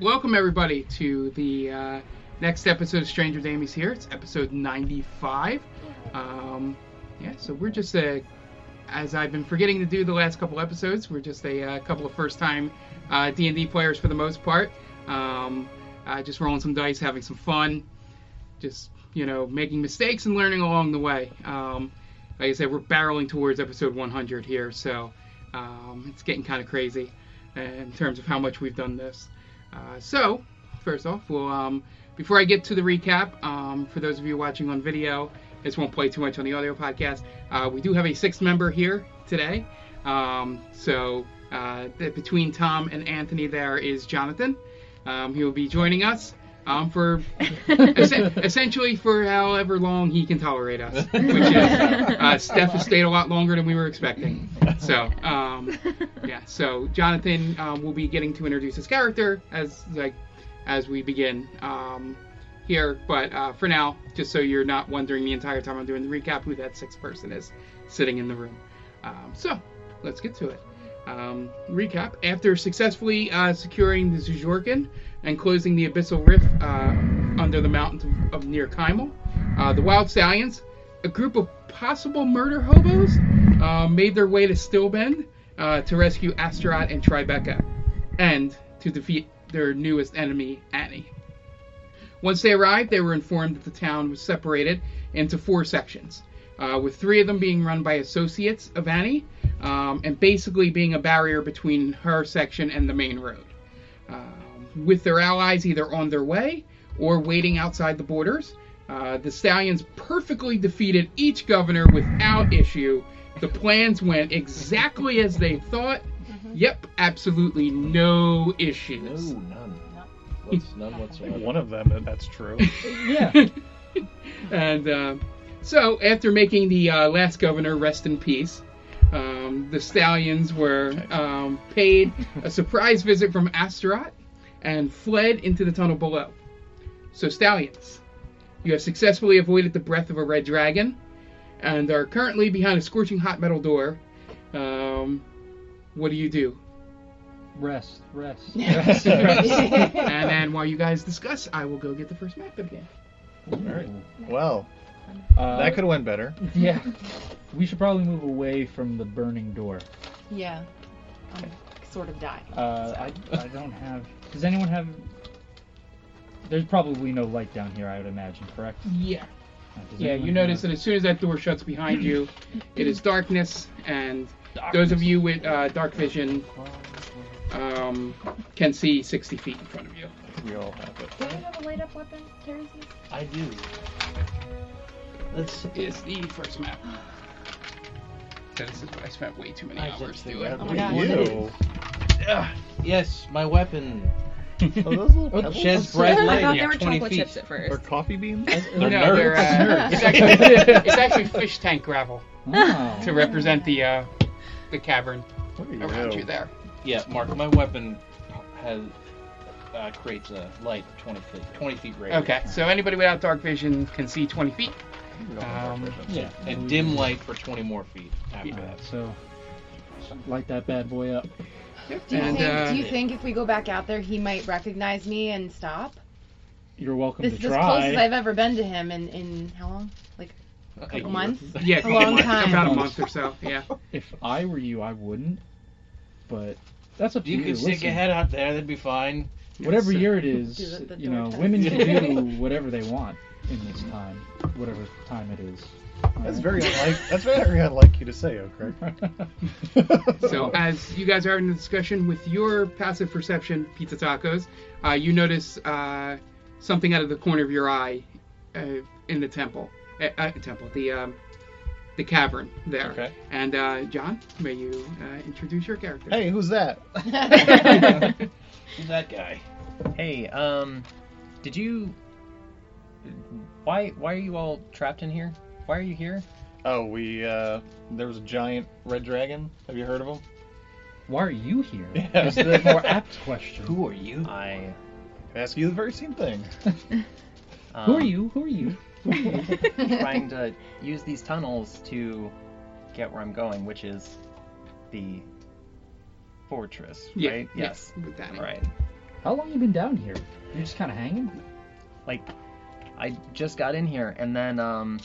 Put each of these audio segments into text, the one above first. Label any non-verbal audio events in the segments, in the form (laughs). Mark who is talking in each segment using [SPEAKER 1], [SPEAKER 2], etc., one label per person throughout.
[SPEAKER 1] welcome everybody to the uh, next episode of Stranger Damies here. It's episode 95. Um, yeah, so we're just a, as I've been forgetting to do the last couple episodes, we're just a, uh couple of first-time uh, D&D players for the most part. Um, uh, just rolling some dice, having some fun, just you know making mistakes and learning along the way. Um, like I said, we're barreling towards episode 100 here, so um, it's getting kind of crazy uh, in terms of how much we've done this. Uh, so, first off, we'll, um, before I get to the recap, um, for those of you watching on video, this won't play too much on the audio podcast. Uh, we do have a sixth member here today. Um, so, uh, th- between Tom and Anthony, there is Jonathan. Um, he will be joining us um, for es- (laughs) essentially for however long he can tolerate us. Which (laughs) is,
[SPEAKER 2] (laughs)
[SPEAKER 1] uh, Steph has stayed a lot longer than we were expecting. So, um, yeah. So Jonathan um, will be getting to introduce his character as like as we begin um, here. But uh, for now, just so you're not wondering the entire time I'm doing the recap who that sixth person is sitting in the room. Um, so let's get to it. Um, recap: After successfully uh, securing the Zujorkin and closing the abyssal rift uh, under the mountains of, of near Kaimal, uh, the Wild Stallions, a group of possible murder hobos, uh, made their way to Stillbend uh, to rescue Astaroth and Tribeca, and to defeat their newest enemy, Annie. Once they arrived, they were informed that the town was separated into four sections, uh, with three of them being run by associates of Annie, um, and basically being a barrier between her section and the main road. Um, with their allies either on their way or waiting outside the borders, uh, the Stallions perfectly defeated each governor without issue. The plans went exactly as they thought. Yep, absolutely no
[SPEAKER 3] No,
[SPEAKER 1] issues.
[SPEAKER 3] none. What's, none
[SPEAKER 4] (laughs)
[SPEAKER 3] whatsoever.
[SPEAKER 4] One of them, that's
[SPEAKER 3] (laughs)
[SPEAKER 4] true.
[SPEAKER 3] Yeah.
[SPEAKER 1] (laughs) And uh, so, after making the uh, last governor rest in peace, um, the stallions were um, paid a surprise visit from Astaroth and fled into the tunnel below. So, stallions, you have successfully avoided the breath of a red dragon and are currently behind a scorching hot metal door. Um, what do you do?
[SPEAKER 3] Rest, rest.
[SPEAKER 1] And then, while you guys discuss, I will go get the first map again.
[SPEAKER 4] Alright. Well,
[SPEAKER 3] Uh,
[SPEAKER 4] that could have went better.
[SPEAKER 3] Yeah. We should probably move away from the burning door.
[SPEAKER 5] Yeah. I'm sort of dying.
[SPEAKER 3] Uh, I, I don't have. Does anyone have? There's probably no light down here, I would imagine. Correct.
[SPEAKER 1] Yeah.
[SPEAKER 3] Uh, does
[SPEAKER 1] Yeah,
[SPEAKER 3] anyone
[SPEAKER 1] you notice
[SPEAKER 3] have-
[SPEAKER 1] that as soon as that door shuts behind you, it is darkness, and
[SPEAKER 3] Darkness.
[SPEAKER 1] those of you with uh, dark vision um, can see 60 feet in front of you.
[SPEAKER 4] We all have it.
[SPEAKER 5] Do
[SPEAKER 3] Oh
[SPEAKER 5] we have a light up weapon, Terry's? use?
[SPEAKER 2] I do. Let's.
[SPEAKER 1] Is the first map. That is I spent way too many
[SPEAKER 2] I
[SPEAKER 1] hours
[SPEAKER 2] just think
[SPEAKER 1] doing.
[SPEAKER 2] that- Oh
[SPEAKER 5] my God.
[SPEAKER 4] Ew.
[SPEAKER 2] Ugh, yes, my weapon.
[SPEAKER 4] Are those little
[SPEAKER 2] It
[SPEAKER 4] pebbles?
[SPEAKER 2] sheds bright
[SPEAKER 6] I thought
[SPEAKER 2] light.
[SPEAKER 6] they were
[SPEAKER 2] 20
[SPEAKER 6] chocolate
[SPEAKER 2] feet.
[SPEAKER 6] chips at
[SPEAKER 4] Or
[SPEAKER 6] first.
[SPEAKER 4] coffee beans?
[SPEAKER 1] No,
[SPEAKER 2] They're
[SPEAKER 1] they're,
[SPEAKER 2] nerds.
[SPEAKER 1] uh, it's, actually,
[SPEAKER 2] (laughs)
[SPEAKER 1] it's (laughs) actually fish tank gravel
[SPEAKER 3] Oh.
[SPEAKER 1] (laughs) to represent the uh, the cavern
[SPEAKER 4] What are you?
[SPEAKER 1] around you there.
[SPEAKER 2] Yeah, Mark, my weapon has uh, creates a light of 20 feet. 20 feet radius.
[SPEAKER 1] Okay, so anybody without dark vision can see 20 feet. Um,
[SPEAKER 3] Yeah.
[SPEAKER 2] And dim light for 20 more feet after
[SPEAKER 1] Yeah.
[SPEAKER 2] that.
[SPEAKER 3] Oh. So. Light that bad boy up.
[SPEAKER 5] Do you,
[SPEAKER 1] And,
[SPEAKER 5] think,
[SPEAKER 1] uh,
[SPEAKER 5] do you think if we go back out there, he might recognize me and stop?
[SPEAKER 3] You're welcome
[SPEAKER 5] This
[SPEAKER 3] to
[SPEAKER 5] is as
[SPEAKER 3] try.
[SPEAKER 5] close as I've ever been to him in, in how long?
[SPEAKER 2] A
[SPEAKER 5] couple
[SPEAKER 2] year.
[SPEAKER 5] months?
[SPEAKER 1] Yeah,
[SPEAKER 5] A long time.
[SPEAKER 1] about a month or so. Yeah.
[SPEAKER 3] If I were you, I wouldn't. But that's up to you.
[SPEAKER 2] You could stick
[SPEAKER 3] Listen,
[SPEAKER 2] your head out there, that'd be fine.
[SPEAKER 3] Whatever
[SPEAKER 1] So-
[SPEAKER 3] year it
[SPEAKER 5] Do
[SPEAKER 3] is,
[SPEAKER 5] it the
[SPEAKER 3] you
[SPEAKER 5] door
[SPEAKER 3] know,
[SPEAKER 5] test.
[SPEAKER 3] women can do whatever they want in this time, whatever time it is.
[SPEAKER 4] That's very unlike. That's very unlike you to say, oh,
[SPEAKER 3] (laughs)
[SPEAKER 4] Oak.
[SPEAKER 1] So
[SPEAKER 3] uh,
[SPEAKER 1] as you guys are having the discussion with your passive perception, pizza tacos, uh, you notice uh, something out of the corner of your eye uh, in the temple, uh, uh, temple, the um, the cavern there.
[SPEAKER 2] Okay.
[SPEAKER 1] And uh, John, may you uh, introduce your character?
[SPEAKER 4] hey, who's that?
[SPEAKER 2] Who's that guy?
[SPEAKER 7] Hey, um, did you? Why why are you all trapped in here? Why are you here?
[SPEAKER 4] Oh, we. uh There was a giant red dragon. Have you heard of him?
[SPEAKER 3] Why are you here?
[SPEAKER 4] Yeah.
[SPEAKER 3] Is the more apt question. Who,
[SPEAKER 2] Who are you?
[SPEAKER 7] I.
[SPEAKER 4] I ask you the very same thing.
[SPEAKER 7] Um,
[SPEAKER 3] are you? (laughs) Who are you?
[SPEAKER 7] Trying to use these tunnels to get where I'm going, which is the fortress,
[SPEAKER 1] Yeah,
[SPEAKER 7] right?
[SPEAKER 1] yeah,
[SPEAKER 7] Yes.
[SPEAKER 1] With that.
[SPEAKER 7] Right.
[SPEAKER 3] How long you been down here? You're just kind of hanging.
[SPEAKER 7] Like, I just got in here, and then um,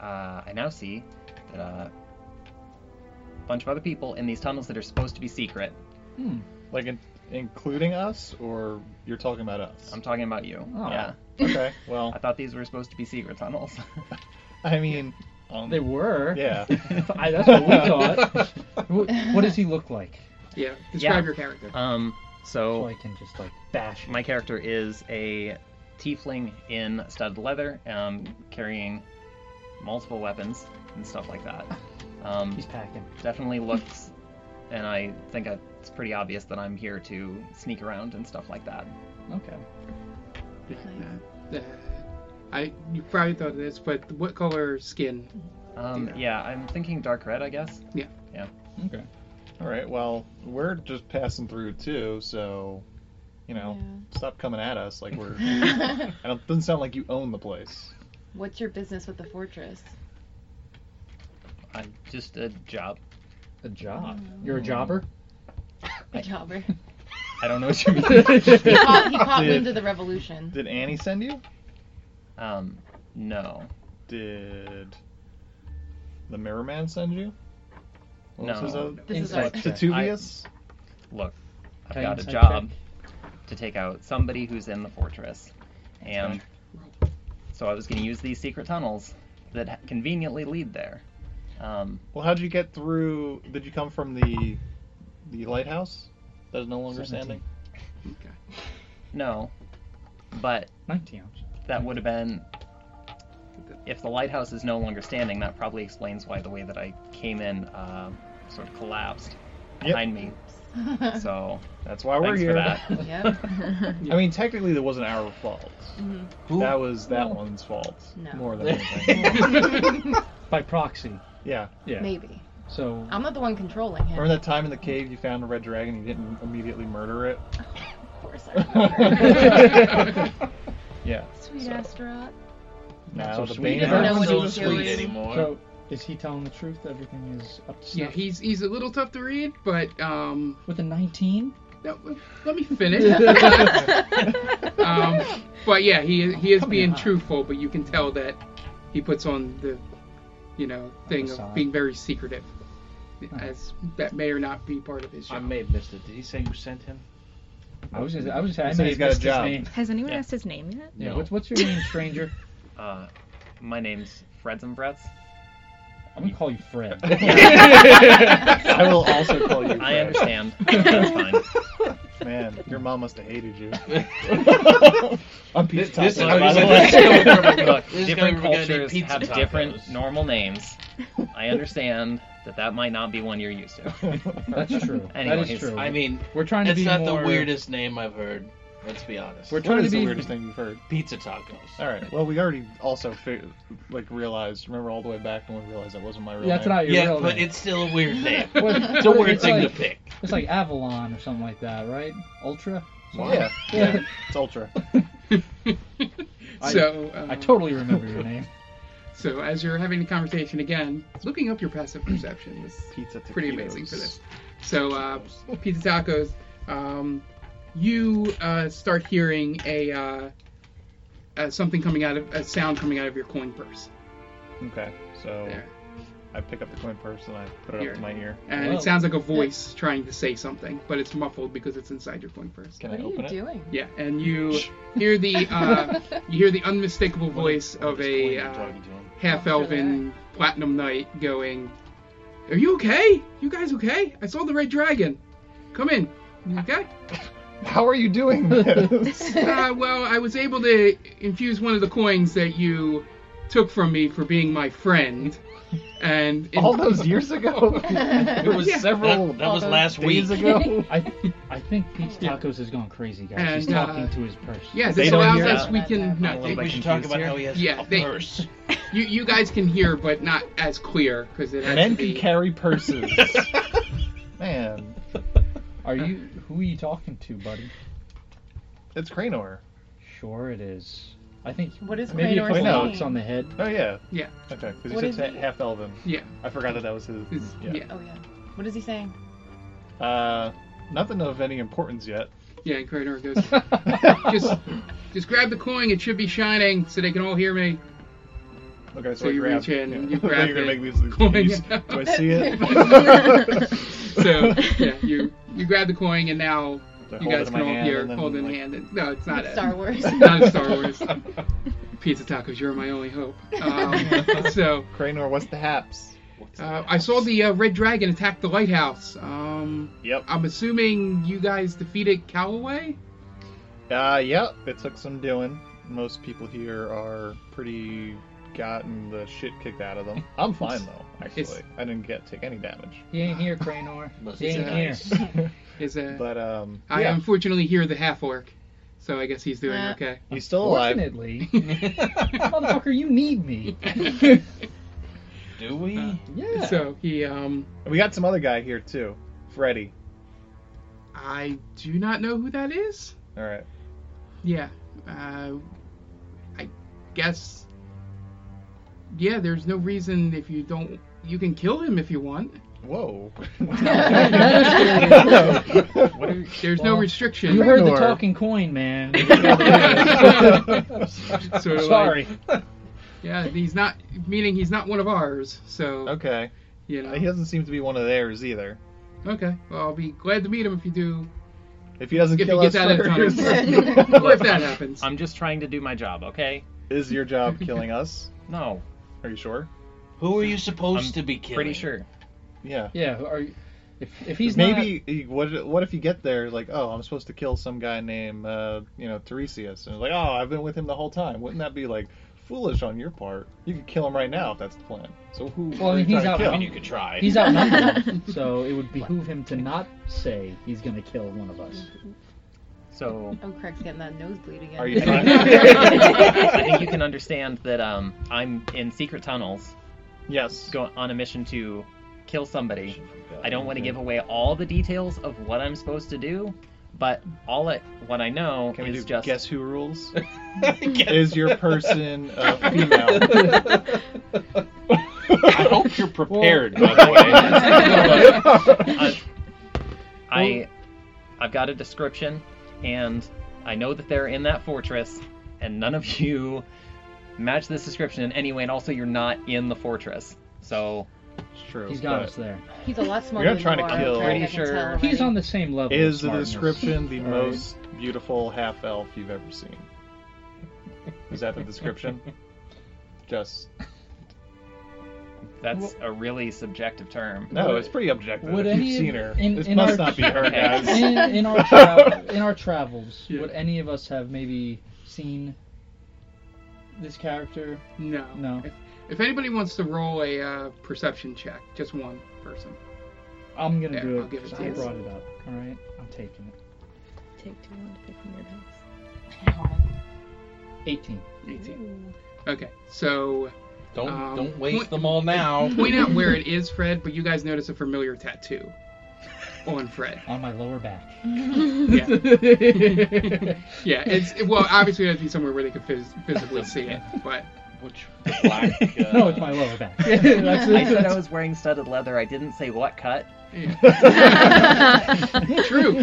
[SPEAKER 7] uh, I now see that uh, a bunch of other people in these tunnels that are supposed to be secret.
[SPEAKER 3] Hmm.
[SPEAKER 4] Like, in, including us, or you're talking about us?
[SPEAKER 7] I'm talking about you.
[SPEAKER 3] Oh.
[SPEAKER 7] Yeah.
[SPEAKER 4] okay, well,
[SPEAKER 7] I thought these were supposed to be secret tunnels.
[SPEAKER 3] (laughs)
[SPEAKER 4] I mean, um,
[SPEAKER 3] They were.
[SPEAKER 4] yeah.
[SPEAKER 3] (laughs) I, that's
[SPEAKER 4] (laughs)
[SPEAKER 3] what we thought. Wh- what does he look like?
[SPEAKER 1] Yeah. Describe
[SPEAKER 7] Yeah.
[SPEAKER 1] your character.
[SPEAKER 7] um, so.
[SPEAKER 3] So I can just like bash.
[SPEAKER 7] My character is a tiefling in studded leather, um, carrying multiple weapons and stuff like that. Um,
[SPEAKER 3] (laughs) He's packing.
[SPEAKER 7] definitely looks, and I think I, it's pretty obvious that I'm here to sneak around and stuff like that.
[SPEAKER 3] Okay.
[SPEAKER 1] Uh, I you probably thought of this, but what color skin?
[SPEAKER 7] Um,
[SPEAKER 1] Yeah.
[SPEAKER 7] yeah. I'm thinking dark red, I guess.
[SPEAKER 3] Okay.
[SPEAKER 4] All right, well, we're just passing through too, so, you know, stop coming at us like we're. I
[SPEAKER 5] Yeah.
[SPEAKER 4] don't, doesn't sound like you own the place.
[SPEAKER 5] (laughs) What's your business with the fortress?
[SPEAKER 7] I just a job.
[SPEAKER 3] A job. You're a jobber.
[SPEAKER 5] A jobber.
[SPEAKER 7] I don't know what
[SPEAKER 3] (laughs)
[SPEAKER 7] you mean.
[SPEAKER 5] He caught, he caught
[SPEAKER 4] Did-
[SPEAKER 5] wind of the revolution.
[SPEAKER 4] (laughs) Did Annie send you?
[SPEAKER 7] um, no,
[SPEAKER 4] Did the Mirror Man send you? What was
[SPEAKER 7] No.
[SPEAKER 4] his other-
[SPEAKER 5] This is
[SPEAKER 3] Insight
[SPEAKER 5] our-
[SPEAKER 3] check.
[SPEAKER 4] Titubius?
[SPEAKER 7] look, I've
[SPEAKER 3] Can I
[SPEAKER 7] got a
[SPEAKER 3] insight
[SPEAKER 7] job to take out somebody who's in the fortress, and so I was going to use these secret tunnels that ha- conveniently lead there. Um,
[SPEAKER 4] Well, how'd you get through? Did you come from the the lighthouse that is no longer
[SPEAKER 3] Seventeen.
[SPEAKER 4] standing?
[SPEAKER 1] Okay.
[SPEAKER 7] no, but
[SPEAKER 3] Nineteen hours.
[SPEAKER 7] that would have been. If the lighthouse is no longer standing, that probably explains why the way that I came in uh, sort of collapsed
[SPEAKER 4] Yep.
[SPEAKER 7] behind me. So
[SPEAKER 4] That's why we're
[SPEAKER 7] thanks
[SPEAKER 4] here.
[SPEAKER 7] for that.
[SPEAKER 5] yep.
[SPEAKER 4] I mean, technically, that wasn't our fault.
[SPEAKER 5] Mhm.
[SPEAKER 2] Who?
[SPEAKER 4] That was that one's fault
[SPEAKER 5] No.
[SPEAKER 4] more than
[SPEAKER 7] (laughs)
[SPEAKER 4] anything.
[SPEAKER 3] (laughs) By proxy.
[SPEAKER 4] yeah.
[SPEAKER 3] Yeah.
[SPEAKER 5] Maybe.
[SPEAKER 3] So
[SPEAKER 5] I'm not the one controlling him.
[SPEAKER 4] Remember that time in the cave you found a red dragon? You didn't immediately murder (laughs) it.
[SPEAKER 5] Of course I remember. (laughs)
[SPEAKER 3] (laughs)
[SPEAKER 4] Yeah.
[SPEAKER 5] Sweet
[SPEAKER 4] So-
[SPEAKER 5] Astaroth.
[SPEAKER 4] Now
[SPEAKER 3] so
[SPEAKER 4] the
[SPEAKER 3] sweet.
[SPEAKER 4] bane of
[SPEAKER 5] No
[SPEAKER 4] our
[SPEAKER 5] one
[SPEAKER 4] existence-
[SPEAKER 5] can kill
[SPEAKER 2] sweet
[SPEAKER 5] you.
[SPEAKER 2] anymore.
[SPEAKER 3] so is he telling the truth? Everything is up
[SPEAKER 1] (laughs)
[SPEAKER 3] to
[SPEAKER 1] Yeah,
[SPEAKER 3] snuff.
[SPEAKER 1] he's he's a little tough to read, but um,
[SPEAKER 3] With a nineteen.
[SPEAKER 1] no, let me (laughs)
[SPEAKER 7] (laughs)
[SPEAKER 1] finish. (laughs)
[SPEAKER 3] (laughs)
[SPEAKER 1] um, but yeah, he he is
[SPEAKER 3] Come
[SPEAKER 1] being
[SPEAKER 3] on.
[SPEAKER 1] truthful, but you can tell that he puts on the, you know, thing of
[SPEAKER 3] Facade.
[SPEAKER 1] being very secretive, as that may or not be part of his
[SPEAKER 2] I
[SPEAKER 1] job.
[SPEAKER 2] may have missed it. Did he say you sent him?
[SPEAKER 3] I was just. I was just. I
[SPEAKER 4] So
[SPEAKER 3] may
[SPEAKER 4] he's
[SPEAKER 3] have
[SPEAKER 4] got a
[SPEAKER 3] missed his
[SPEAKER 4] job.
[SPEAKER 3] name.
[SPEAKER 6] Has anyone
[SPEAKER 7] Yeah.
[SPEAKER 6] asked his name yet?
[SPEAKER 3] Yeah.
[SPEAKER 7] No.
[SPEAKER 3] What's What's your name, stranger?
[SPEAKER 7] Uh, my name's Freds and Frets.
[SPEAKER 3] I'm gonna call you
[SPEAKER 4] (laughs)
[SPEAKER 3] Fred.
[SPEAKER 4] I will also call you.
[SPEAKER 7] I
[SPEAKER 4] Fred.
[SPEAKER 7] understand. That's fine.
[SPEAKER 4] Man, your mom must have hated (laughs) you. I'm Pete
[SPEAKER 2] This is
[SPEAKER 4] Thompson,
[SPEAKER 2] how
[SPEAKER 4] by
[SPEAKER 2] you
[SPEAKER 4] the
[SPEAKER 2] say
[SPEAKER 4] way.
[SPEAKER 2] that.
[SPEAKER 7] Look,
[SPEAKER 2] This is
[SPEAKER 7] different
[SPEAKER 2] gonna be good
[SPEAKER 7] cultures
[SPEAKER 2] pizza
[SPEAKER 7] have
[SPEAKER 2] tacos.
[SPEAKER 7] different normal names. I understand that that might not be one you're used to.
[SPEAKER 4] (laughs)
[SPEAKER 3] That's
[SPEAKER 2] (laughs)
[SPEAKER 3] true. that is
[SPEAKER 7] Anyways,
[SPEAKER 3] true.
[SPEAKER 2] (laughs) I mean,
[SPEAKER 3] we're trying to
[SPEAKER 2] it's
[SPEAKER 3] be
[SPEAKER 2] not
[SPEAKER 3] more.
[SPEAKER 2] the weirdest name I've heard. Let's be honest.
[SPEAKER 3] We're
[SPEAKER 4] What
[SPEAKER 3] trying to
[SPEAKER 4] is
[SPEAKER 3] be
[SPEAKER 4] the weirdest thing you've heard?
[SPEAKER 2] pizza tacos.
[SPEAKER 4] All right. Well, we already also fi- like realized. Remember all the way back when we realized that wasn't my real
[SPEAKER 3] Yeah, that's
[SPEAKER 4] name.
[SPEAKER 3] not your
[SPEAKER 2] Yeah,
[SPEAKER 3] real
[SPEAKER 2] but
[SPEAKER 3] name.
[SPEAKER 2] it's still a weird name.
[SPEAKER 3] What-
[SPEAKER 2] It's a
[SPEAKER 3] what-
[SPEAKER 2] weird thing
[SPEAKER 3] like,
[SPEAKER 2] to pick.
[SPEAKER 3] It's like Avalon or something like that, right? Ultra.
[SPEAKER 4] Well, yeah, yeah, it's ultra.
[SPEAKER 1] (laughs)
[SPEAKER 3] I-
[SPEAKER 1] so um,
[SPEAKER 3] I totally remember
[SPEAKER 4] (laughs)
[SPEAKER 3] your name.
[SPEAKER 1] So as you're having the conversation again, looking up your passive perception was
[SPEAKER 4] Pizza taquitos.
[SPEAKER 1] pretty amazing for this. So uh, pizza tacos, um, you uh, start hearing a uh, uh, something coming out of a sound coming out of your coin purse,
[SPEAKER 4] Okay, so
[SPEAKER 1] There.
[SPEAKER 4] I pick up the coin purse and I put it
[SPEAKER 1] Here.
[SPEAKER 4] up to my ear.
[SPEAKER 1] and
[SPEAKER 3] Whoa.
[SPEAKER 1] it sounds like a voice trying to say something, but it's muffled because it's inside your coin purse.
[SPEAKER 4] Can
[SPEAKER 5] What
[SPEAKER 4] I
[SPEAKER 5] are
[SPEAKER 4] open
[SPEAKER 5] you
[SPEAKER 4] it?
[SPEAKER 5] doing?
[SPEAKER 1] Yeah, and you hear
[SPEAKER 4] (laughs)
[SPEAKER 1] the uh, you hear the unmistakable voice of a uh, half elven platinum knight going, Are you okay? You guys okay? I saw the red dragon. Come in. You okay?
[SPEAKER 4] How are you
[SPEAKER 5] (laughs)
[SPEAKER 4] doing this?
[SPEAKER 1] (laughs) uh, well, I was able to infuse one of the coins that you took from me for being my friend. And in-
[SPEAKER 4] all those years
[SPEAKER 5] (laughs)
[SPEAKER 4] ago? it was
[SPEAKER 1] Yeah.
[SPEAKER 4] several
[SPEAKER 2] That, that was
[SPEAKER 5] Although-
[SPEAKER 2] last week. (laughs)
[SPEAKER 4] days ago. (laughs)
[SPEAKER 3] I I think Pete's Tacos has gone crazy, guys. He's
[SPEAKER 1] And, uh,
[SPEAKER 3] talking to his purse.
[SPEAKER 1] yeah,
[SPEAKER 4] They
[SPEAKER 1] this
[SPEAKER 4] don't
[SPEAKER 1] allows
[SPEAKER 4] hear
[SPEAKER 1] us
[SPEAKER 4] that.
[SPEAKER 1] we can
[SPEAKER 7] I'm a
[SPEAKER 1] no,
[SPEAKER 7] little
[SPEAKER 2] I think we
[SPEAKER 1] they-
[SPEAKER 2] should
[SPEAKER 7] Confused
[SPEAKER 2] talk about
[SPEAKER 7] here?
[SPEAKER 2] how he has
[SPEAKER 1] Yeah,
[SPEAKER 2] a
[SPEAKER 1] they-
[SPEAKER 2] (laughs) purse.
[SPEAKER 1] you you guys can hear but not as clear because it has to
[SPEAKER 4] Men
[SPEAKER 1] be
[SPEAKER 4] can carry purses. (laughs) Man,
[SPEAKER 3] Are you? Who are you talking to, buddy?
[SPEAKER 4] it's Cranor.
[SPEAKER 3] Sure, it is. I think
[SPEAKER 5] What is
[SPEAKER 3] maybe a
[SPEAKER 5] Cranor's
[SPEAKER 3] couple
[SPEAKER 4] name?
[SPEAKER 3] knocks on the head.
[SPEAKER 4] Oh yeah.
[SPEAKER 1] Yeah.
[SPEAKER 4] Okay, because
[SPEAKER 5] What
[SPEAKER 4] you
[SPEAKER 5] is
[SPEAKER 4] said
[SPEAKER 5] it?
[SPEAKER 4] ha- half elven.
[SPEAKER 1] Yeah.
[SPEAKER 4] I forgot that that was his.
[SPEAKER 1] it's-
[SPEAKER 4] yeah.
[SPEAKER 1] yeah.
[SPEAKER 5] Oh yeah. What is he saying?
[SPEAKER 1] (laughs)
[SPEAKER 4] Uh, nothing of any importance yet.
[SPEAKER 1] Yeah, and Kraynor goes, just, just grab the coin. It should be shining so they can all hear
[SPEAKER 4] (laughs)
[SPEAKER 1] me.
[SPEAKER 4] Okay, so,
[SPEAKER 1] So
[SPEAKER 4] I
[SPEAKER 1] you
[SPEAKER 4] grabbed-
[SPEAKER 1] reach in and
[SPEAKER 4] yeah.
[SPEAKER 1] you grab
[SPEAKER 4] (laughs) You're gonna
[SPEAKER 1] it.
[SPEAKER 4] make me lose
[SPEAKER 1] Going
[SPEAKER 4] these.
[SPEAKER 1] out.
[SPEAKER 4] Do I see it?
[SPEAKER 1] (laughs)
[SPEAKER 4] (laughs)
[SPEAKER 1] So yeah, you you grab the coin and now
[SPEAKER 4] So I
[SPEAKER 1] you
[SPEAKER 4] hold it
[SPEAKER 1] guys can
[SPEAKER 4] in my
[SPEAKER 1] all
[SPEAKER 4] hand
[SPEAKER 1] hear,
[SPEAKER 4] and then,
[SPEAKER 1] hold in
[SPEAKER 4] like,
[SPEAKER 1] hand. And, no, it's not
[SPEAKER 5] (laughs)
[SPEAKER 1] a,
[SPEAKER 5] Star
[SPEAKER 1] (laughs)
[SPEAKER 5] Wars. Oh,
[SPEAKER 1] Not a Star
[SPEAKER 5] (laughs)
[SPEAKER 4] (laughs)
[SPEAKER 1] Wars. Pizza tacos, you're my only hope. Um, (laughs) so
[SPEAKER 4] Cranor, what's the haps?
[SPEAKER 2] What's
[SPEAKER 1] uh, I saw the uh, red dragon attack the lighthouse. Um,
[SPEAKER 4] Yep.
[SPEAKER 1] I'm assuming you guys defeated Callaway.
[SPEAKER 4] Uh, yep. It took some doing. Most people here are pretty gotten the shit kicked out of them. I'm fine though.
[SPEAKER 1] (laughs)
[SPEAKER 4] Actually,
[SPEAKER 1] It's-
[SPEAKER 4] I didn't get take
[SPEAKER 1] (laughs)
[SPEAKER 4] any damage. (laughs)
[SPEAKER 3] He ain't here, Cranor.
[SPEAKER 2] Must
[SPEAKER 3] He
[SPEAKER 2] be
[SPEAKER 3] ain't here.
[SPEAKER 2] nice.
[SPEAKER 1] Is a
[SPEAKER 4] But um,
[SPEAKER 1] I
[SPEAKER 4] yeah,
[SPEAKER 1] unfortunately hear the half orc, so I guess he's doing
[SPEAKER 5] Uh.
[SPEAKER 4] (laughs)
[SPEAKER 1] okay. (laughs)
[SPEAKER 4] he's still alive.
[SPEAKER 3] Fortunately, motherfucker, you need
[SPEAKER 1] (laughs)
[SPEAKER 3] me.
[SPEAKER 2] Do we?
[SPEAKER 1] Uh, (laughs)
[SPEAKER 3] Yeah. (laughs)
[SPEAKER 1] So he, um,
[SPEAKER 4] We got some other guy here too, Freddy.
[SPEAKER 1] I do not know who that is.
[SPEAKER 4] All right.
[SPEAKER 1] Yeah, uh, I guess. Yeah, there's no reason if you don't, you can kill him if you want.
[SPEAKER 4] Whoa. (laughs)
[SPEAKER 3] (laughs) What are-
[SPEAKER 1] There's no
[SPEAKER 3] Well,
[SPEAKER 1] restriction.
[SPEAKER 3] you heard the
[SPEAKER 4] Cranor.
[SPEAKER 3] talking coin, man.
[SPEAKER 1] Sort of like-
[SPEAKER 3] Sorry.
[SPEAKER 1] yeah, he's not meaning he's not one of ours. So
[SPEAKER 4] okay.
[SPEAKER 1] you know.
[SPEAKER 4] He doesn't seem to be one of theirs either.
[SPEAKER 1] Okay. Well, I'll be glad to meet him if you do,
[SPEAKER 4] If he doesn't
[SPEAKER 1] If he
[SPEAKER 4] kill
[SPEAKER 1] gets out (laughs)
[SPEAKER 4] (laughs)
[SPEAKER 1] of
[SPEAKER 4] us
[SPEAKER 5] town.
[SPEAKER 4] (laughs)
[SPEAKER 1] or if
[SPEAKER 4] first,
[SPEAKER 1] that happens.
[SPEAKER 7] I'm just trying to do my job, okay?
[SPEAKER 4] is your job killing us?
[SPEAKER 7] No,
[SPEAKER 4] Are you sure?
[SPEAKER 2] Who are you supposed
[SPEAKER 7] I'm
[SPEAKER 2] to be killing?
[SPEAKER 7] pretty sure.
[SPEAKER 4] Yeah.
[SPEAKER 3] Yeah. Are you, if if he's
[SPEAKER 4] maybe he- what what if you get there like oh I'm supposed to kill some guy named uh, you know Tiresias and it's like oh I've been with him the whole time wouldn't that be like foolish on your part you could kill him right now if that's the plan so who
[SPEAKER 3] Well,
[SPEAKER 4] are
[SPEAKER 3] I mean,
[SPEAKER 4] you trying
[SPEAKER 3] he's
[SPEAKER 4] to
[SPEAKER 3] out-
[SPEAKER 2] I
[SPEAKER 4] kill?
[SPEAKER 2] mean, you could try.
[SPEAKER 3] not, he's outnumbered, so it would behoove him to not say he's gonna kill one of us.
[SPEAKER 2] (laughs)
[SPEAKER 7] So
[SPEAKER 5] Oh, Craig's getting that nosebleed again.
[SPEAKER 4] Are you trying-
[SPEAKER 7] I
[SPEAKER 5] (laughs)
[SPEAKER 7] think you can understand that um, I'm in secret tunnels,
[SPEAKER 4] yes
[SPEAKER 7] go on a mission to kill somebody. I don't want to give away all the details of what I'm supposed to do, but all it, what I know
[SPEAKER 4] can we
[SPEAKER 7] is
[SPEAKER 4] do
[SPEAKER 7] just
[SPEAKER 4] guess who
[SPEAKER 3] (laughs)
[SPEAKER 4] rules
[SPEAKER 2] Guess-
[SPEAKER 4] is your person (laughs) uh, female
[SPEAKER 2] I hope you're prepared, by the way.
[SPEAKER 3] (laughs)
[SPEAKER 7] I, I, I've got a description, and I know that they're in that fortress, and none of you match this description in any way, and also you're not in the fortress. So
[SPEAKER 4] it's true
[SPEAKER 3] He's got
[SPEAKER 4] but
[SPEAKER 3] us there.
[SPEAKER 5] He's a lot
[SPEAKER 4] You're
[SPEAKER 5] smarter
[SPEAKER 4] not
[SPEAKER 5] than
[SPEAKER 4] trying to
[SPEAKER 5] you are,
[SPEAKER 4] kill-
[SPEAKER 5] Craig,
[SPEAKER 7] Pretty
[SPEAKER 5] I can
[SPEAKER 7] sure.
[SPEAKER 5] tell already.
[SPEAKER 3] He's on the same level. of
[SPEAKER 4] is the
[SPEAKER 3] smartness.
[SPEAKER 4] description the
[SPEAKER 3] All right.
[SPEAKER 4] most beautiful half elf you've ever seen is that the
[SPEAKER 3] (laughs)
[SPEAKER 4] description just
[SPEAKER 7] that's a really subjective term.
[SPEAKER 4] No,
[SPEAKER 3] Would-
[SPEAKER 4] it's pretty objective.
[SPEAKER 3] would
[SPEAKER 4] if
[SPEAKER 3] any
[SPEAKER 4] you've
[SPEAKER 3] of-
[SPEAKER 4] seen her,
[SPEAKER 3] in-
[SPEAKER 4] this
[SPEAKER 3] in
[SPEAKER 4] must
[SPEAKER 3] our-
[SPEAKER 4] not be
[SPEAKER 3] (laughs)
[SPEAKER 4] her, guys.
[SPEAKER 3] In,
[SPEAKER 4] (laughs)
[SPEAKER 3] in our tra- in our travels,
[SPEAKER 1] Yeah.
[SPEAKER 3] would any of us have maybe seen this character?
[SPEAKER 1] No.
[SPEAKER 3] No.
[SPEAKER 1] If, if anybody wants to roll a uh, perception check, just one person.
[SPEAKER 3] I'm gonna
[SPEAKER 1] There,
[SPEAKER 3] do it.
[SPEAKER 1] I'll give it
[SPEAKER 3] 'cause
[SPEAKER 1] to
[SPEAKER 3] I
[SPEAKER 1] you.
[SPEAKER 3] brought it up. All right, I'm taking it.
[SPEAKER 5] Take too long to pick from your house.
[SPEAKER 3] 18.
[SPEAKER 1] 18. Okay. So
[SPEAKER 2] Don't
[SPEAKER 1] Um,
[SPEAKER 2] don't waste
[SPEAKER 1] point-
[SPEAKER 2] them all now.
[SPEAKER 1] (laughs) point out where it is Fred, but you guys notice a familiar tattoo on Fred.
[SPEAKER 3] On my lower
[SPEAKER 7] (laughs)
[SPEAKER 3] back. (laughs)
[SPEAKER 1] Yeah. yeah. It's well, obviously it has to be somewhere where they could phys- physically see it, but
[SPEAKER 2] Which the
[SPEAKER 3] (laughs)
[SPEAKER 2] black? Uh,
[SPEAKER 3] no, it's my lower back.
[SPEAKER 7] (laughs) (laughs) I said I was wearing studded leather. I didn't say what cut.
[SPEAKER 1] true,
[SPEAKER 3] (laughs)
[SPEAKER 7] (laughs)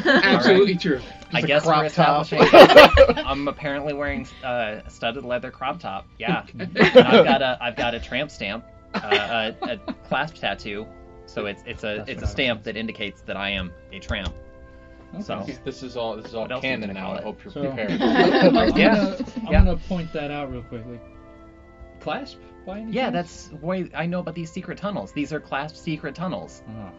[SPEAKER 1] absolutely true.
[SPEAKER 7] I
[SPEAKER 4] a
[SPEAKER 7] guess
[SPEAKER 4] crop
[SPEAKER 7] we're
[SPEAKER 4] top.
[SPEAKER 7] establishing.
[SPEAKER 4] (laughs)
[SPEAKER 7] I'm apparently wearing uh, studded leather crop top.
[SPEAKER 4] (laughs)
[SPEAKER 7] Yeah, and
[SPEAKER 3] (laughs)
[SPEAKER 7] (laughs) I've got a I've got a tramp stamp, uh, a, a clasp tattoo. So it's it's a
[SPEAKER 3] That's what
[SPEAKER 7] it's
[SPEAKER 3] I
[SPEAKER 7] a
[SPEAKER 3] was
[SPEAKER 7] stamp that indicates that I am a tramp. So
[SPEAKER 3] Okay.
[SPEAKER 2] This is all this is all
[SPEAKER 7] What else are
[SPEAKER 2] canon
[SPEAKER 7] you gonna
[SPEAKER 2] now.
[SPEAKER 7] call
[SPEAKER 2] I
[SPEAKER 7] it?
[SPEAKER 2] hope you're
[SPEAKER 3] So-
[SPEAKER 2] prepared.
[SPEAKER 3] (laughs) I'm, (laughs) gonna,
[SPEAKER 7] Yeah.
[SPEAKER 3] I'm
[SPEAKER 7] Yeah.
[SPEAKER 3] gonna point that out real quickly. Clasp? By any
[SPEAKER 7] yeah,
[SPEAKER 3] chance?
[SPEAKER 7] that's why I know about these secret tunnels. These are clasped secret tunnels.
[SPEAKER 3] Ah.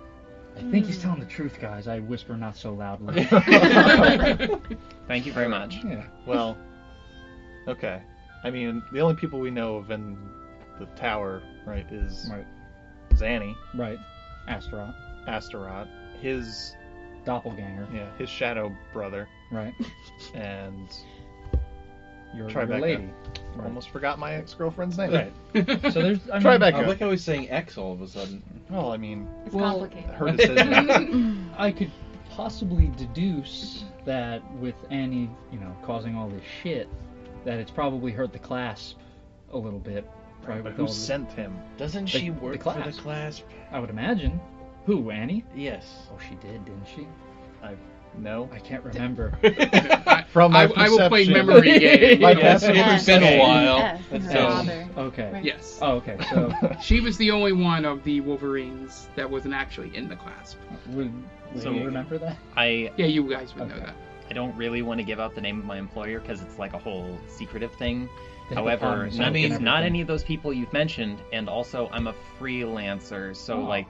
[SPEAKER 3] I think he's telling the truth, guys. I whisper not so (laughs) loudly.
[SPEAKER 7] Thank you very much.
[SPEAKER 3] (laughs) yeah.
[SPEAKER 4] well, okay. I mean, the only people we know of in the tower, right, is
[SPEAKER 3] Right.
[SPEAKER 4] Zanny,
[SPEAKER 3] Right. Astaroth.
[SPEAKER 4] Astaroth, his
[SPEAKER 3] Doppelganger.
[SPEAKER 4] yeah, his shadow brother,
[SPEAKER 3] Right.
[SPEAKER 4] and
[SPEAKER 3] Your,
[SPEAKER 4] Try
[SPEAKER 3] your
[SPEAKER 4] back
[SPEAKER 3] lady.
[SPEAKER 4] I almost forgot my ex girlfriend's name.
[SPEAKER 2] Right.
[SPEAKER 3] So there's. I mean,
[SPEAKER 4] Tribeca.
[SPEAKER 2] I like how he's saying X all of a sudden.
[SPEAKER 4] Well, I mean,
[SPEAKER 5] It's
[SPEAKER 3] Well,
[SPEAKER 5] complicated.
[SPEAKER 3] (laughs)
[SPEAKER 4] her decision.
[SPEAKER 3] I could possibly deduce that with Annie, you know, causing all this shit, that it's probably hurt the clasp a little bit. Probably
[SPEAKER 4] but
[SPEAKER 3] with
[SPEAKER 4] who
[SPEAKER 3] all the-
[SPEAKER 4] sent him?
[SPEAKER 2] Doesn't
[SPEAKER 3] The-
[SPEAKER 2] she
[SPEAKER 3] the
[SPEAKER 2] work for the
[SPEAKER 3] clasp.
[SPEAKER 2] clasp?
[SPEAKER 3] I would imagine. Who, Annie?
[SPEAKER 2] Yes. (laughs)
[SPEAKER 3] Oh, she did, didn't she?
[SPEAKER 4] No.
[SPEAKER 3] I can't
[SPEAKER 7] (laughs)
[SPEAKER 3] remember.
[SPEAKER 1] I,
[SPEAKER 4] From my
[SPEAKER 1] (laughs) I- I will play
[SPEAKER 4] perception.
[SPEAKER 1] memory game.
[SPEAKER 4] My
[SPEAKER 1] yes.
[SPEAKER 4] perception.
[SPEAKER 2] It's been a while.
[SPEAKER 5] Yeah,
[SPEAKER 2] It's
[SPEAKER 5] her
[SPEAKER 2] so-
[SPEAKER 5] father.
[SPEAKER 3] Okay.
[SPEAKER 5] Right.
[SPEAKER 1] Yes.
[SPEAKER 3] Oh, okay.
[SPEAKER 7] (laughs)
[SPEAKER 3] So
[SPEAKER 1] She was the only one of the Wolverines that wasn't actually in the clasp.
[SPEAKER 3] would would
[SPEAKER 7] So-
[SPEAKER 3] you remember
[SPEAKER 7] (laughs)
[SPEAKER 3] that?
[SPEAKER 7] I
[SPEAKER 1] Yeah, you guys would know
[SPEAKER 3] Okay.
[SPEAKER 1] that.
[SPEAKER 7] I don't really want to give out the name of my employer because it's like a whole secretive thing.
[SPEAKER 3] The
[SPEAKER 7] However,
[SPEAKER 3] hippopotamus
[SPEAKER 7] none,
[SPEAKER 3] and
[SPEAKER 7] it's not
[SPEAKER 3] everything.
[SPEAKER 7] any of those people you've mentioned, and also I'm a freelancer, so
[SPEAKER 3] Oh.
[SPEAKER 7] like,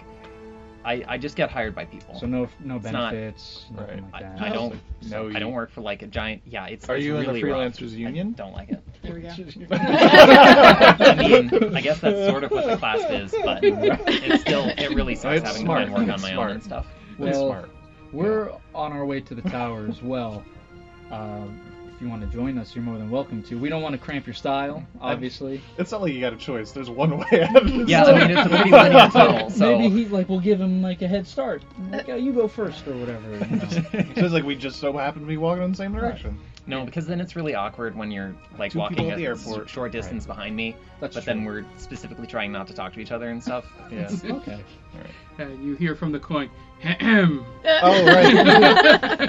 [SPEAKER 7] I, I just get hired by people.
[SPEAKER 3] So no no
[SPEAKER 7] It's not-
[SPEAKER 3] benefits. nothing
[SPEAKER 4] Right.
[SPEAKER 3] Like that.
[SPEAKER 7] I, I don't
[SPEAKER 4] No,
[SPEAKER 7] I
[SPEAKER 4] (laughs)
[SPEAKER 7] don't
[SPEAKER 4] you-
[SPEAKER 7] work for like a giant. Yeah, it's.
[SPEAKER 4] Are
[SPEAKER 7] it's
[SPEAKER 4] you in the
[SPEAKER 7] really rough.
[SPEAKER 4] freelancers
[SPEAKER 7] I
[SPEAKER 4] union?
[SPEAKER 7] don't
[SPEAKER 4] (laughs)
[SPEAKER 7] like it.
[SPEAKER 5] There we
[SPEAKER 7] (laughs)
[SPEAKER 5] go.
[SPEAKER 3] (laughs)
[SPEAKER 7] I mean, I guess that's sort of what the class is, but
[SPEAKER 4] (laughs)
[SPEAKER 7] it's still
[SPEAKER 5] (laughs)
[SPEAKER 7] it really sucks
[SPEAKER 4] It's
[SPEAKER 7] having
[SPEAKER 4] smart.
[SPEAKER 7] to go and work on
[SPEAKER 4] It's
[SPEAKER 7] my
[SPEAKER 4] smart.
[SPEAKER 7] own and stuff.
[SPEAKER 4] That's
[SPEAKER 3] Well,
[SPEAKER 4] smart.
[SPEAKER 3] We're on our way to the tower as well. Um, if you want to join us, you're more than welcome to. We don't want to cramp your style,
[SPEAKER 7] (laughs)
[SPEAKER 3] obviously.
[SPEAKER 4] It's not like you got a choice. There's one way out of this.
[SPEAKER 7] Yeah, I mean it's a pretty linear tunnel,
[SPEAKER 3] (laughs)
[SPEAKER 7] so
[SPEAKER 3] Maybe he like we'll give him like a head start. Like, oh, you go first or
[SPEAKER 7] (laughs)
[SPEAKER 3] whatever. you know.
[SPEAKER 4] (laughs) It's just like we just so happen to be walking in the same direction.
[SPEAKER 7] no, because then it's really awkward when you're like
[SPEAKER 4] Two
[SPEAKER 7] walking
[SPEAKER 4] people
[SPEAKER 7] a
[SPEAKER 4] at the
[SPEAKER 7] s-
[SPEAKER 4] airport.
[SPEAKER 7] short distance behind me,
[SPEAKER 3] That's
[SPEAKER 7] but
[SPEAKER 3] true.
[SPEAKER 7] then we're specifically trying not to talk to each other and
[SPEAKER 3] (laughs)
[SPEAKER 7] stuff.
[SPEAKER 4] Yeah.
[SPEAKER 3] okay.
[SPEAKER 1] (laughs) And you hear from the coin. Ahem.
[SPEAKER 4] oh right.
[SPEAKER 1] Uh,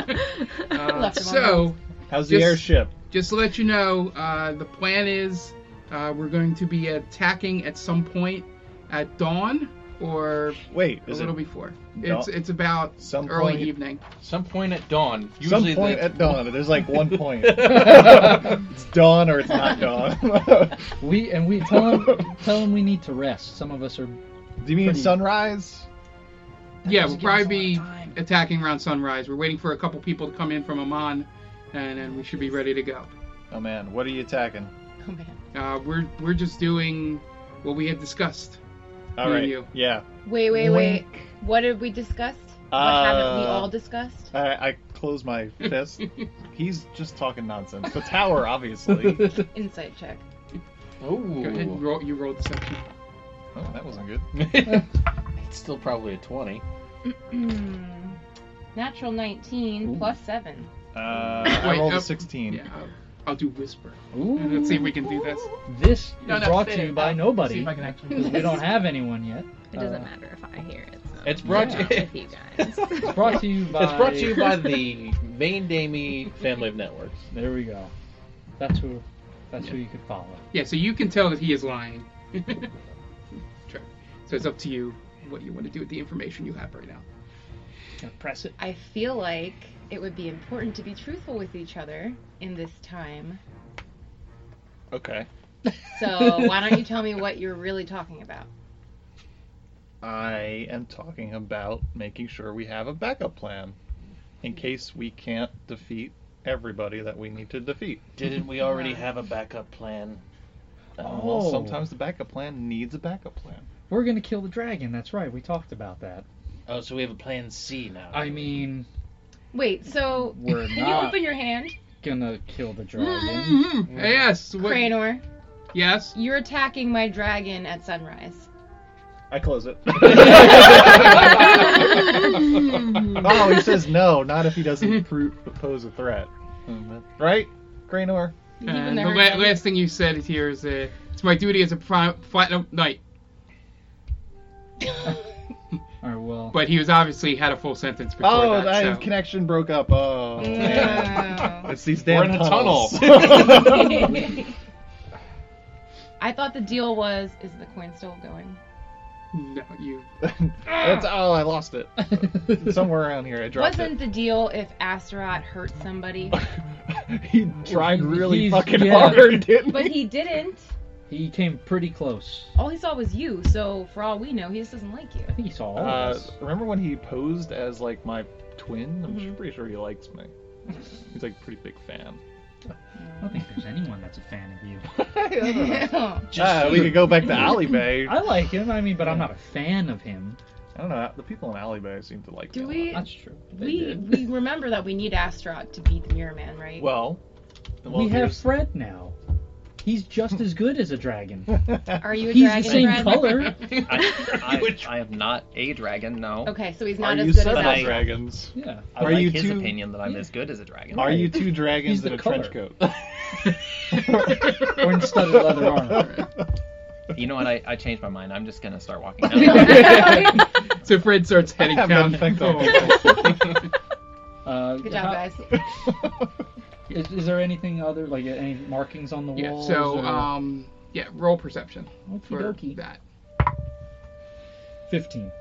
[SPEAKER 5] Left him on
[SPEAKER 1] so,
[SPEAKER 4] How's the
[SPEAKER 1] Just-
[SPEAKER 4] airship?
[SPEAKER 1] just to let you know, uh, the plan is uh, we're going to be attacking at some point at dawn or
[SPEAKER 4] Wait,
[SPEAKER 1] a
[SPEAKER 4] is
[SPEAKER 1] little
[SPEAKER 4] it
[SPEAKER 1] before. It's it's about
[SPEAKER 4] Some
[SPEAKER 1] early
[SPEAKER 4] point-
[SPEAKER 1] evening.
[SPEAKER 2] Some point at dawn.
[SPEAKER 4] some
[SPEAKER 2] Usually
[SPEAKER 4] point
[SPEAKER 1] (laughs)
[SPEAKER 2] the,
[SPEAKER 4] at dawn? There's like one point.
[SPEAKER 2] (laughs)
[SPEAKER 4] it's dawn or it's not dawn. (laughs)
[SPEAKER 3] We and we tell him tell him we need to rest. Some of us
[SPEAKER 7] (laughs)
[SPEAKER 3] are.
[SPEAKER 4] Do you mean
[SPEAKER 3] Pretty-
[SPEAKER 4] sunrise?
[SPEAKER 1] yeah, we'll probably be attacking around sunrise. We're waiting for a couple people to come in from Amman, and then we should be ready to go.
[SPEAKER 4] Oh man, what are you attacking?
[SPEAKER 5] Oh man.
[SPEAKER 1] Uh, we're we're just doing what we had discussed. (laughs)
[SPEAKER 4] All
[SPEAKER 1] Me
[SPEAKER 4] right.
[SPEAKER 1] and you.
[SPEAKER 4] Yeah.
[SPEAKER 5] Wait, wait, wait.
[SPEAKER 3] Wink.
[SPEAKER 5] What have we discussed? What haven't we
[SPEAKER 4] Uh,
[SPEAKER 5] all discussed?
[SPEAKER 4] I, I close
[SPEAKER 5] (laughs)
[SPEAKER 4] my fist. He's just talking nonsense. The tower, (laughs) obviously.
[SPEAKER 5] Insight check. (clears throat)
[SPEAKER 1] Go ahead.
[SPEAKER 2] Ooh.
[SPEAKER 1] Roll, you rolled deception.
[SPEAKER 4] oh, that wasn't good.
[SPEAKER 2] (laughs) it's still probably a 20.
[SPEAKER 5] Natural 19 plus 7.
[SPEAKER 4] Uh, I
[SPEAKER 1] Wait,
[SPEAKER 4] rolled
[SPEAKER 1] uh,
[SPEAKER 4] a 16.
[SPEAKER 1] Yeah, I'll, I'll do whisper.
[SPEAKER 3] Ooh,
[SPEAKER 1] Let's see if we can do this.
[SPEAKER 3] This
[SPEAKER 1] No,
[SPEAKER 3] is
[SPEAKER 1] no,
[SPEAKER 3] brought
[SPEAKER 1] say
[SPEAKER 3] to you
[SPEAKER 1] it.
[SPEAKER 3] by
[SPEAKER 1] I'll See
[SPEAKER 3] nobody.
[SPEAKER 1] if I can actually.
[SPEAKER 3] We don't have anyone yet.
[SPEAKER 6] It doesn't
[SPEAKER 3] Uh,
[SPEAKER 6] matter if I hear it. So
[SPEAKER 2] It's brought
[SPEAKER 6] I'm
[SPEAKER 2] to-
[SPEAKER 6] with you guys.
[SPEAKER 3] (laughs) It's brought to you by.
[SPEAKER 2] It's brought to you by
[SPEAKER 3] (laughs)
[SPEAKER 2] the Main Damey family of networks.
[SPEAKER 3] There we go. That's who. That's who you could follow.
[SPEAKER 1] Yeah, so you can tell that he is lying. (laughs) Sure. so it's up to you what you want to do with the information you have right now.
[SPEAKER 3] Gonna press it.
[SPEAKER 5] I feel like it would be important to be truthful with each other in this time.
[SPEAKER 2] Okay.
[SPEAKER 3] (laughs)
[SPEAKER 5] So why don't you tell me what you're really talking about?
[SPEAKER 4] I am talking about making sure we have a backup plan in case we can't defeat everybody that we need to defeat.
[SPEAKER 2] Didn't we already have a backup plan?
[SPEAKER 4] Uh,
[SPEAKER 3] Oh.
[SPEAKER 4] Well, sometimes the backup plan needs a backup plan.
[SPEAKER 3] We're gonna kill the dragon. That's right. We talked about that.
[SPEAKER 2] Oh, so we have a plan C now.
[SPEAKER 3] I mean,
[SPEAKER 5] Wait, so
[SPEAKER 3] we're
[SPEAKER 5] (laughs) can you
[SPEAKER 3] not
[SPEAKER 5] open your hand,
[SPEAKER 3] gonna kill the dragon.
[SPEAKER 1] Mm-hmm. Yes. what-
[SPEAKER 5] Cranor? (laughs)
[SPEAKER 1] Yes.
[SPEAKER 5] You're attacking my dragon at sunrise.
[SPEAKER 4] I close (laughs) it. oh, he says no, not if he (laughs) doesn't pro- pose a threat. Mm-hmm. Right? Graynor?
[SPEAKER 3] Uh,
[SPEAKER 1] And the
[SPEAKER 5] never
[SPEAKER 1] la-
[SPEAKER 5] know.
[SPEAKER 1] last thing you said here is, uh, "It's my duty as a pri- platinum knight."
[SPEAKER 3] All right. Well.
[SPEAKER 1] But he was obviously had a full sentence before
[SPEAKER 4] Oh,
[SPEAKER 1] that.
[SPEAKER 4] that
[SPEAKER 1] so.
[SPEAKER 4] connection broke up. Oh, man.
[SPEAKER 5] No.
[SPEAKER 4] (laughs) It's these
[SPEAKER 2] We're
[SPEAKER 4] damn
[SPEAKER 2] in a
[SPEAKER 4] tunnels.
[SPEAKER 5] (laughs)
[SPEAKER 3] (laughs)
[SPEAKER 5] I thought the deal was is the coin still going?
[SPEAKER 1] No, you.
[SPEAKER 4] (laughs)
[SPEAKER 1] (laughs)
[SPEAKER 4] That's oh, I lost it.
[SPEAKER 3] (laughs)
[SPEAKER 4] Somewhere around here, I dropped
[SPEAKER 5] Wasn't the deal if Astaroth hurt
[SPEAKER 4] (laughs)
[SPEAKER 5] somebody?
[SPEAKER 4] it. he tried really
[SPEAKER 3] He's-
[SPEAKER 4] fucking
[SPEAKER 3] yeah.
[SPEAKER 4] (laughs) hard, didn't
[SPEAKER 5] But
[SPEAKER 4] he?
[SPEAKER 5] he didn't.
[SPEAKER 3] He came pretty close.
[SPEAKER 5] All he saw was you, so for all we know, he just doesn't like you.
[SPEAKER 3] I think he saw all of
[SPEAKER 4] Uh,
[SPEAKER 3] us.
[SPEAKER 4] remember when he posed as like my twin? I'm
[SPEAKER 5] Mm-hmm.
[SPEAKER 4] pretty sure he likes me. He's like a pretty big (laughs) fan.
[SPEAKER 3] I don't think there's anyone that's a fan of you.
[SPEAKER 5] (laughs)
[SPEAKER 4] Ah, we could go back to (laughs) Alibay.
[SPEAKER 3] I like him. I mean, but I'm not a fan of him.
[SPEAKER 4] I don't know. The people in Alibay seem to like
[SPEAKER 5] Do
[SPEAKER 4] me. a lot.
[SPEAKER 5] we
[SPEAKER 3] That's true.
[SPEAKER 5] we we remember that we need Astaroth to beat the Mirror Man, right?
[SPEAKER 4] Well, well,
[SPEAKER 3] we have
[SPEAKER 4] here's-
[SPEAKER 3] Fred now. He's just as good as a dragon.
[SPEAKER 5] (laughs)
[SPEAKER 4] (laughs)
[SPEAKER 5] Are you a
[SPEAKER 3] He's the
[SPEAKER 5] dragon?
[SPEAKER 3] same
[SPEAKER 5] Brad? (laughs)
[SPEAKER 3] color.
[SPEAKER 7] I, I, I am not a dragon. No,
[SPEAKER 5] Okay, so he's
[SPEAKER 4] Are
[SPEAKER 5] not
[SPEAKER 4] you
[SPEAKER 5] as good as
[SPEAKER 4] several
[SPEAKER 7] I-
[SPEAKER 5] us.
[SPEAKER 4] (laughs) dragons?
[SPEAKER 3] Yeah.
[SPEAKER 7] I
[SPEAKER 4] Are
[SPEAKER 7] like
[SPEAKER 4] you
[SPEAKER 7] his
[SPEAKER 4] too-
[SPEAKER 7] opinion that I'm as good as
[SPEAKER 1] (laughs)
[SPEAKER 7] a dragon.
[SPEAKER 4] Are you two dragons
[SPEAKER 3] the
[SPEAKER 4] in a trench
[SPEAKER 3] color.
[SPEAKER 4] coat?
[SPEAKER 3] (laughs) Or in studded leather armor.
[SPEAKER 7] You know what? I, I changed my mind. I'm just gonna start
[SPEAKER 1] (laughs)
[SPEAKER 7] walking. down.
[SPEAKER 1] so Fred starts heading (laughs)
[SPEAKER 4] I have that
[SPEAKER 1] down.
[SPEAKER 4] effect on
[SPEAKER 1] Oh.
[SPEAKER 5] (laughs)
[SPEAKER 3] Uh,
[SPEAKER 5] Good job,
[SPEAKER 3] how-
[SPEAKER 5] guys.
[SPEAKER 3] Is, is there anything other, like any markings on the
[SPEAKER 1] Yeah.
[SPEAKER 3] walls?
[SPEAKER 1] So,
[SPEAKER 3] or-
[SPEAKER 1] um, yeah, roll perception for
[SPEAKER 3] Okey-dokey.
[SPEAKER 1] that.
[SPEAKER 3] 15.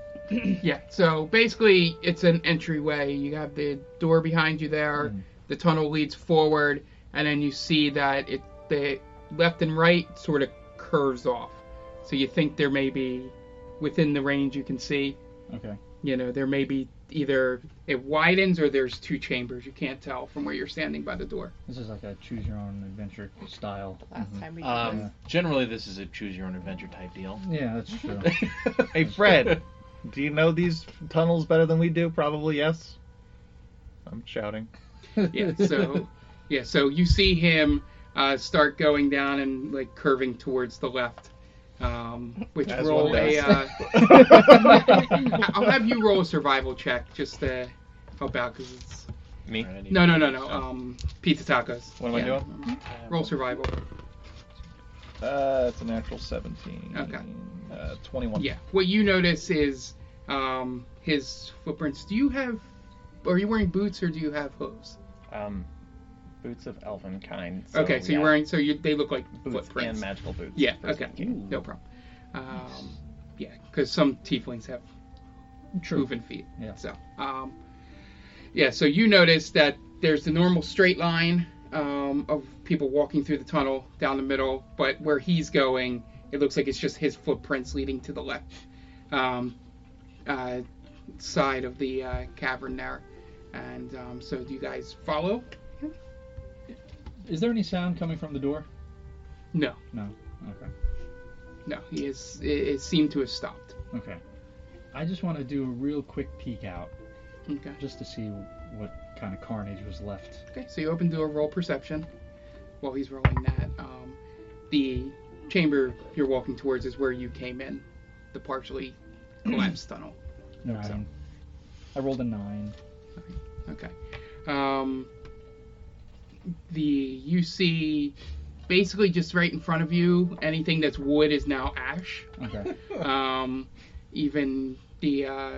[SPEAKER 1] Yeah. So basically, it's an entryway. You have the door behind you there.
[SPEAKER 4] Hmm.
[SPEAKER 3] Mm.
[SPEAKER 1] The tunnel leads forward, and then you see that it the left and right sort of curves off. So you think there may be within the range you can see.
[SPEAKER 3] Okay.
[SPEAKER 1] You know, there may be either it widens or there's two chambers. You can't tell from where you're standing by the door.
[SPEAKER 3] This is like a choose your own adventure style. Mhm.
[SPEAKER 5] Last time we did
[SPEAKER 2] Um, generally, this is a choose your own adventure type deal.
[SPEAKER 3] Yeah,
[SPEAKER 5] (laughs)
[SPEAKER 3] that's true.
[SPEAKER 2] (laughs)
[SPEAKER 4] hey, Fred, (laughs) do you know these tunnels better than we do? Probably yes. I'm shouting.
[SPEAKER 1] yeah
[SPEAKER 4] (laughs)
[SPEAKER 1] so yeah so you see him uh, start going down and like curving towards the left um, which
[SPEAKER 4] As
[SPEAKER 1] roll
[SPEAKER 4] one
[SPEAKER 1] a uh,
[SPEAKER 4] does.
[SPEAKER 1] i'll have you roll a survival check just to help out because it's
[SPEAKER 7] Me?
[SPEAKER 2] Alright, I need
[SPEAKER 1] no
[SPEAKER 2] to
[SPEAKER 1] no
[SPEAKER 2] do
[SPEAKER 1] no no
[SPEAKER 2] stuff.
[SPEAKER 1] um, pizza tacos
[SPEAKER 4] (laughs) What am I
[SPEAKER 1] Yeah.
[SPEAKER 4] doing?
[SPEAKER 1] roll survival
[SPEAKER 4] Uh, it's a natural 17.
[SPEAKER 1] Okay.
[SPEAKER 4] Uh, 21.
[SPEAKER 1] yeah what you notice is um, his footprints do you have are you wearing boots or do you have hooves
[SPEAKER 7] Um, boots of elven kind.
[SPEAKER 1] okay so
[SPEAKER 7] yeah,
[SPEAKER 1] you're wearing so you they look like
[SPEAKER 7] boots
[SPEAKER 1] footprints
[SPEAKER 7] and magical boots.
[SPEAKER 1] Yeah,
[SPEAKER 7] for
[SPEAKER 1] okay.
[SPEAKER 7] sneaking.
[SPEAKER 1] No problem. Um, yeah, because some tieflings have
[SPEAKER 3] True.
[SPEAKER 1] moving feet.
[SPEAKER 3] Yeah.
[SPEAKER 1] So, um, yeah, so you notice that there's the normal straight line um, of people walking through the tunnel down the middle, but where he's going, it looks like it's just his footprints leading to the left um, uh, side of the uh, cavern there. And um, so, do you guys follow?
[SPEAKER 3] Is there any sound coming from the door?
[SPEAKER 1] No,
[SPEAKER 3] Okay.
[SPEAKER 1] no, he is. It, it seemed to have stopped.
[SPEAKER 3] Okay. I just want to do a real quick peek out
[SPEAKER 1] Okay.
[SPEAKER 3] just to see what kind of carnage was left.
[SPEAKER 1] Okay, so you open door, roll perception. While he's rolling that, um, the chamber you're walking towards is where you came in, the partially collapsed tunnel.
[SPEAKER 3] Nine. I rolled a nine.
[SPEAKER 1] Okay. Um, the you see, basically just right in front of you, anything that's wood is now ash.
[SPEAKER 3] Okay.
[SPEAKER 1] Um, even the uh,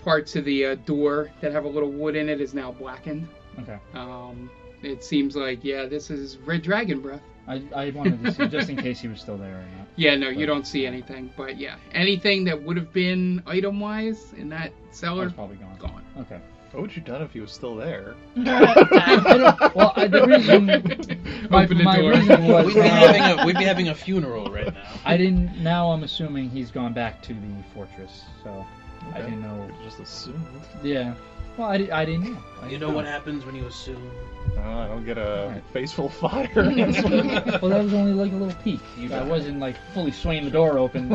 [SPEAKER 1] parts of the uh, door that have a little wood in it is now blackened.
[SPEAKER 3] Okay.
[SPEAKER 1] Um, it seems like yeah, this is red dragon breath.
[SPEAKER 3] I, I wanted to see just in case he was still there or not.
[SPEAKER 1] Yeah, no, you
[SPEAKER 3] But-
[SPEAKER 1] don't see anything. But yeah, anything that would have been item wise in that
[SPEAKER 3] He
[SPEAKER 1] cellar,
[SPEAKER 3] was probably gone.
[SPEAKER 1] gone. (laughs)
[SPEAKER 3] Okay.
[SPEAKER 4] What would you done if he was still there?
[SPEAKER 3] I don't, well, I,
[SPEAKER 4] (laughs)
[SPEAKER 3] the reason
[SPEAKER 1] (laughs)
[SPEAKER 3] my,
[SPEAKER 1] Open the
[SPEAKER 3] my
[SPEAKER 1] door.
[SPEAKER 3] reason
[SPEAKER 2] We'd
[SPEAKER 3] was
[SPEAKER 2] be,
[SPEAKER 3] uh,
[SPEAKER 2] having a, we'd be having a funeral right now. (laughs)
[SPEAKER 3] I didn't. Now I'm assuming he's gone back to the fortress. So I
[SPEAKER 4] Okay.
[SPEAKER 3] didn't know.
[SPEAKER 4] Just assume.
[SPEAKER 3] Yeah. Well, I, di- I didn't know. I
[SPEAKER 8] You
[SPEAKER 3] didn't
[SPEAKER 8] know what happens when you assume.
[SPEAKER 4] Uh, I don't get a
[SPEAKER 3] Alright.
[SPEAKER 4] faceful fire.
[SPEAKER 1] (laughs)
[SPEAKER 4] (laughs)
[SPEAKER 3] (laughs) well, that was only like a little peek. I wasn't like fully swinging the door open.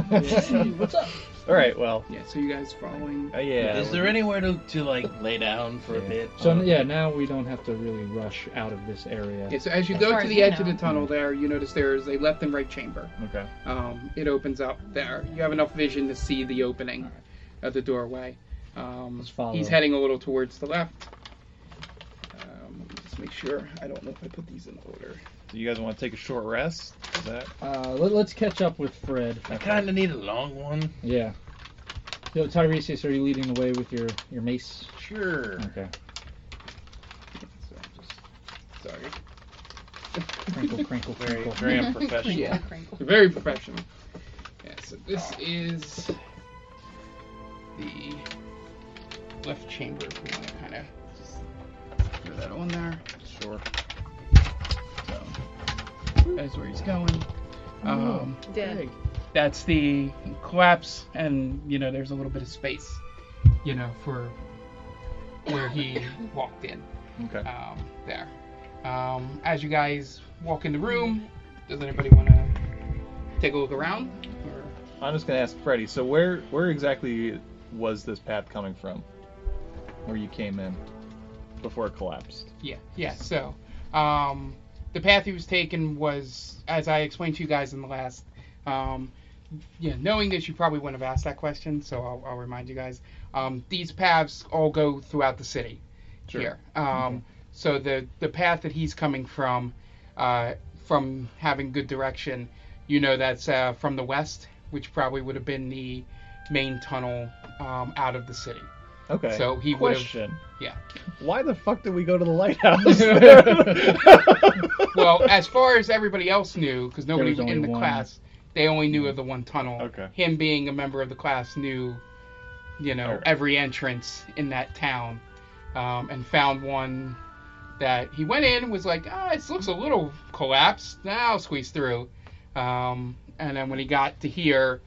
[SPEAKER 3] What's up?
[SPEAKER 4] All right, well,
[SPEAKER 1] Yeah, so you guys (laughs) following?
[SPEAKER 4] uh, yeah.
[SPEAKER 2] Is there anywhere to, to like lay down for a
[SPEAKER 3] Yeah.
[SPEAKER 2] bit?
[SPEAKER 3] So yeah, now we don't have to really rush out of this area.
[SPEAKER 1] Yeah, so as you
[SPEAKER 5] As
[SPEAKER 1] go
[SPEAKER 5] far
[SPEAKER 1] to
[SPEAKER 5] as
[SPEAKER 1] the
[SPEAKER 5] you
[SPEAKER 1] edge of
[SPEAKER 5] know.
[SPEAKER 1] the tunnel, there you notice there is a left and right chamber.
[SPEAKER 4] Okay.
[SPEAKER 1] Um, it opens up there. You have enough vision to see the opening of the doorway. Um,
[SPEAKER 3] Let's follow.
[SPEAKER 1] he's heading a little towards the left. Um, let me just make sure. I don't know if I put these in order.
[SPEAKER 4] Do you guys want to take a short rest? Is that?
[SPEAKER 3] Uh, let, us catch up with Fred.
[SPEAKER 2] I kind of need a long one.
[SPEAKER 3] Yeah. Yo, Tiresias, are you leading the way with your your mace?
[SPEAKER 2] Sure.
[SPEAKER 3] Okay.
[SPEAKER 1] So I'm just- sorry.
[SPEAKER 3] Crinkle, crinkle,
[SPEAKER 2] Very,
[SPEAKER 3] crinkle.
[SPEAKER 2] very unprofessional.
[SPEAKER 1] Yeah.
[SPEAKER 5] Crinkle.
[SPEAKER 1] Very professional. Yeah, so this is the left chamber. If you want to kind of just throw that on there.
[SPEAKER 4] Sure.
[SPEAKER 1] That's where he's going. Um,
[SPEAKER 6] Dead.
[SPEAKER 1] that's the collapse, and you know, there's a little bit of space, you know, for where he walked in
[SPEAKER 4] Okay.
[SPEAKER 1] um, there. Um, as you guys walk in the room, does anybody want to take a look around? Or...
[SPEAKER 4] I'm just gonna ask Freddy. So where where exactly was this path coming from? Where you came in before it collapsed?
[SPEAKER 1] Yeah, yeah. So, um, the path he was taking was, as I explained to you guys in the last, um, yeah, knowing that you probably wouldn't have asked that question, so I'll, I'll remind you guys. Um, these paths all go throughout the city
[SPEAKER 4] Sure.
[SPEAKER 1] here. Um, So the the path that he's coming from, uh, from having good direction, you know, that's uh, from the west, which probably would have been the main tunnel um, out of the city.
[SPEAKER 4] Okay.
[SPEAKER 1] So he would have.
[SPEAKER 4] question.
[SPEAKER 1] yeah.
[SPEAKER 4] Why the fuck did we go to the
[SPEAKER 1] (laughs)
[SPEAKER 4] lighthouse?
[SPEAKER 1] Well, as far as everybody else knew, because nobody
[SPEAKER 3] was only
[SPEAKER 1] in the
[SPEAKER 3] one.
[SPEAKER 1] class, they only knew of the one tunnel.
[SPEAKER 4] Okay.
[SPEAKER 1] Him being a member of the class knew, you know,
[SPEAKER 4] Alright.
[SPEAKER 1] every entrance in that town, um, and found one that he went in and was like, ah, this looks a little collapsed. Now I'll squeeze through. Um, and then when he got to here,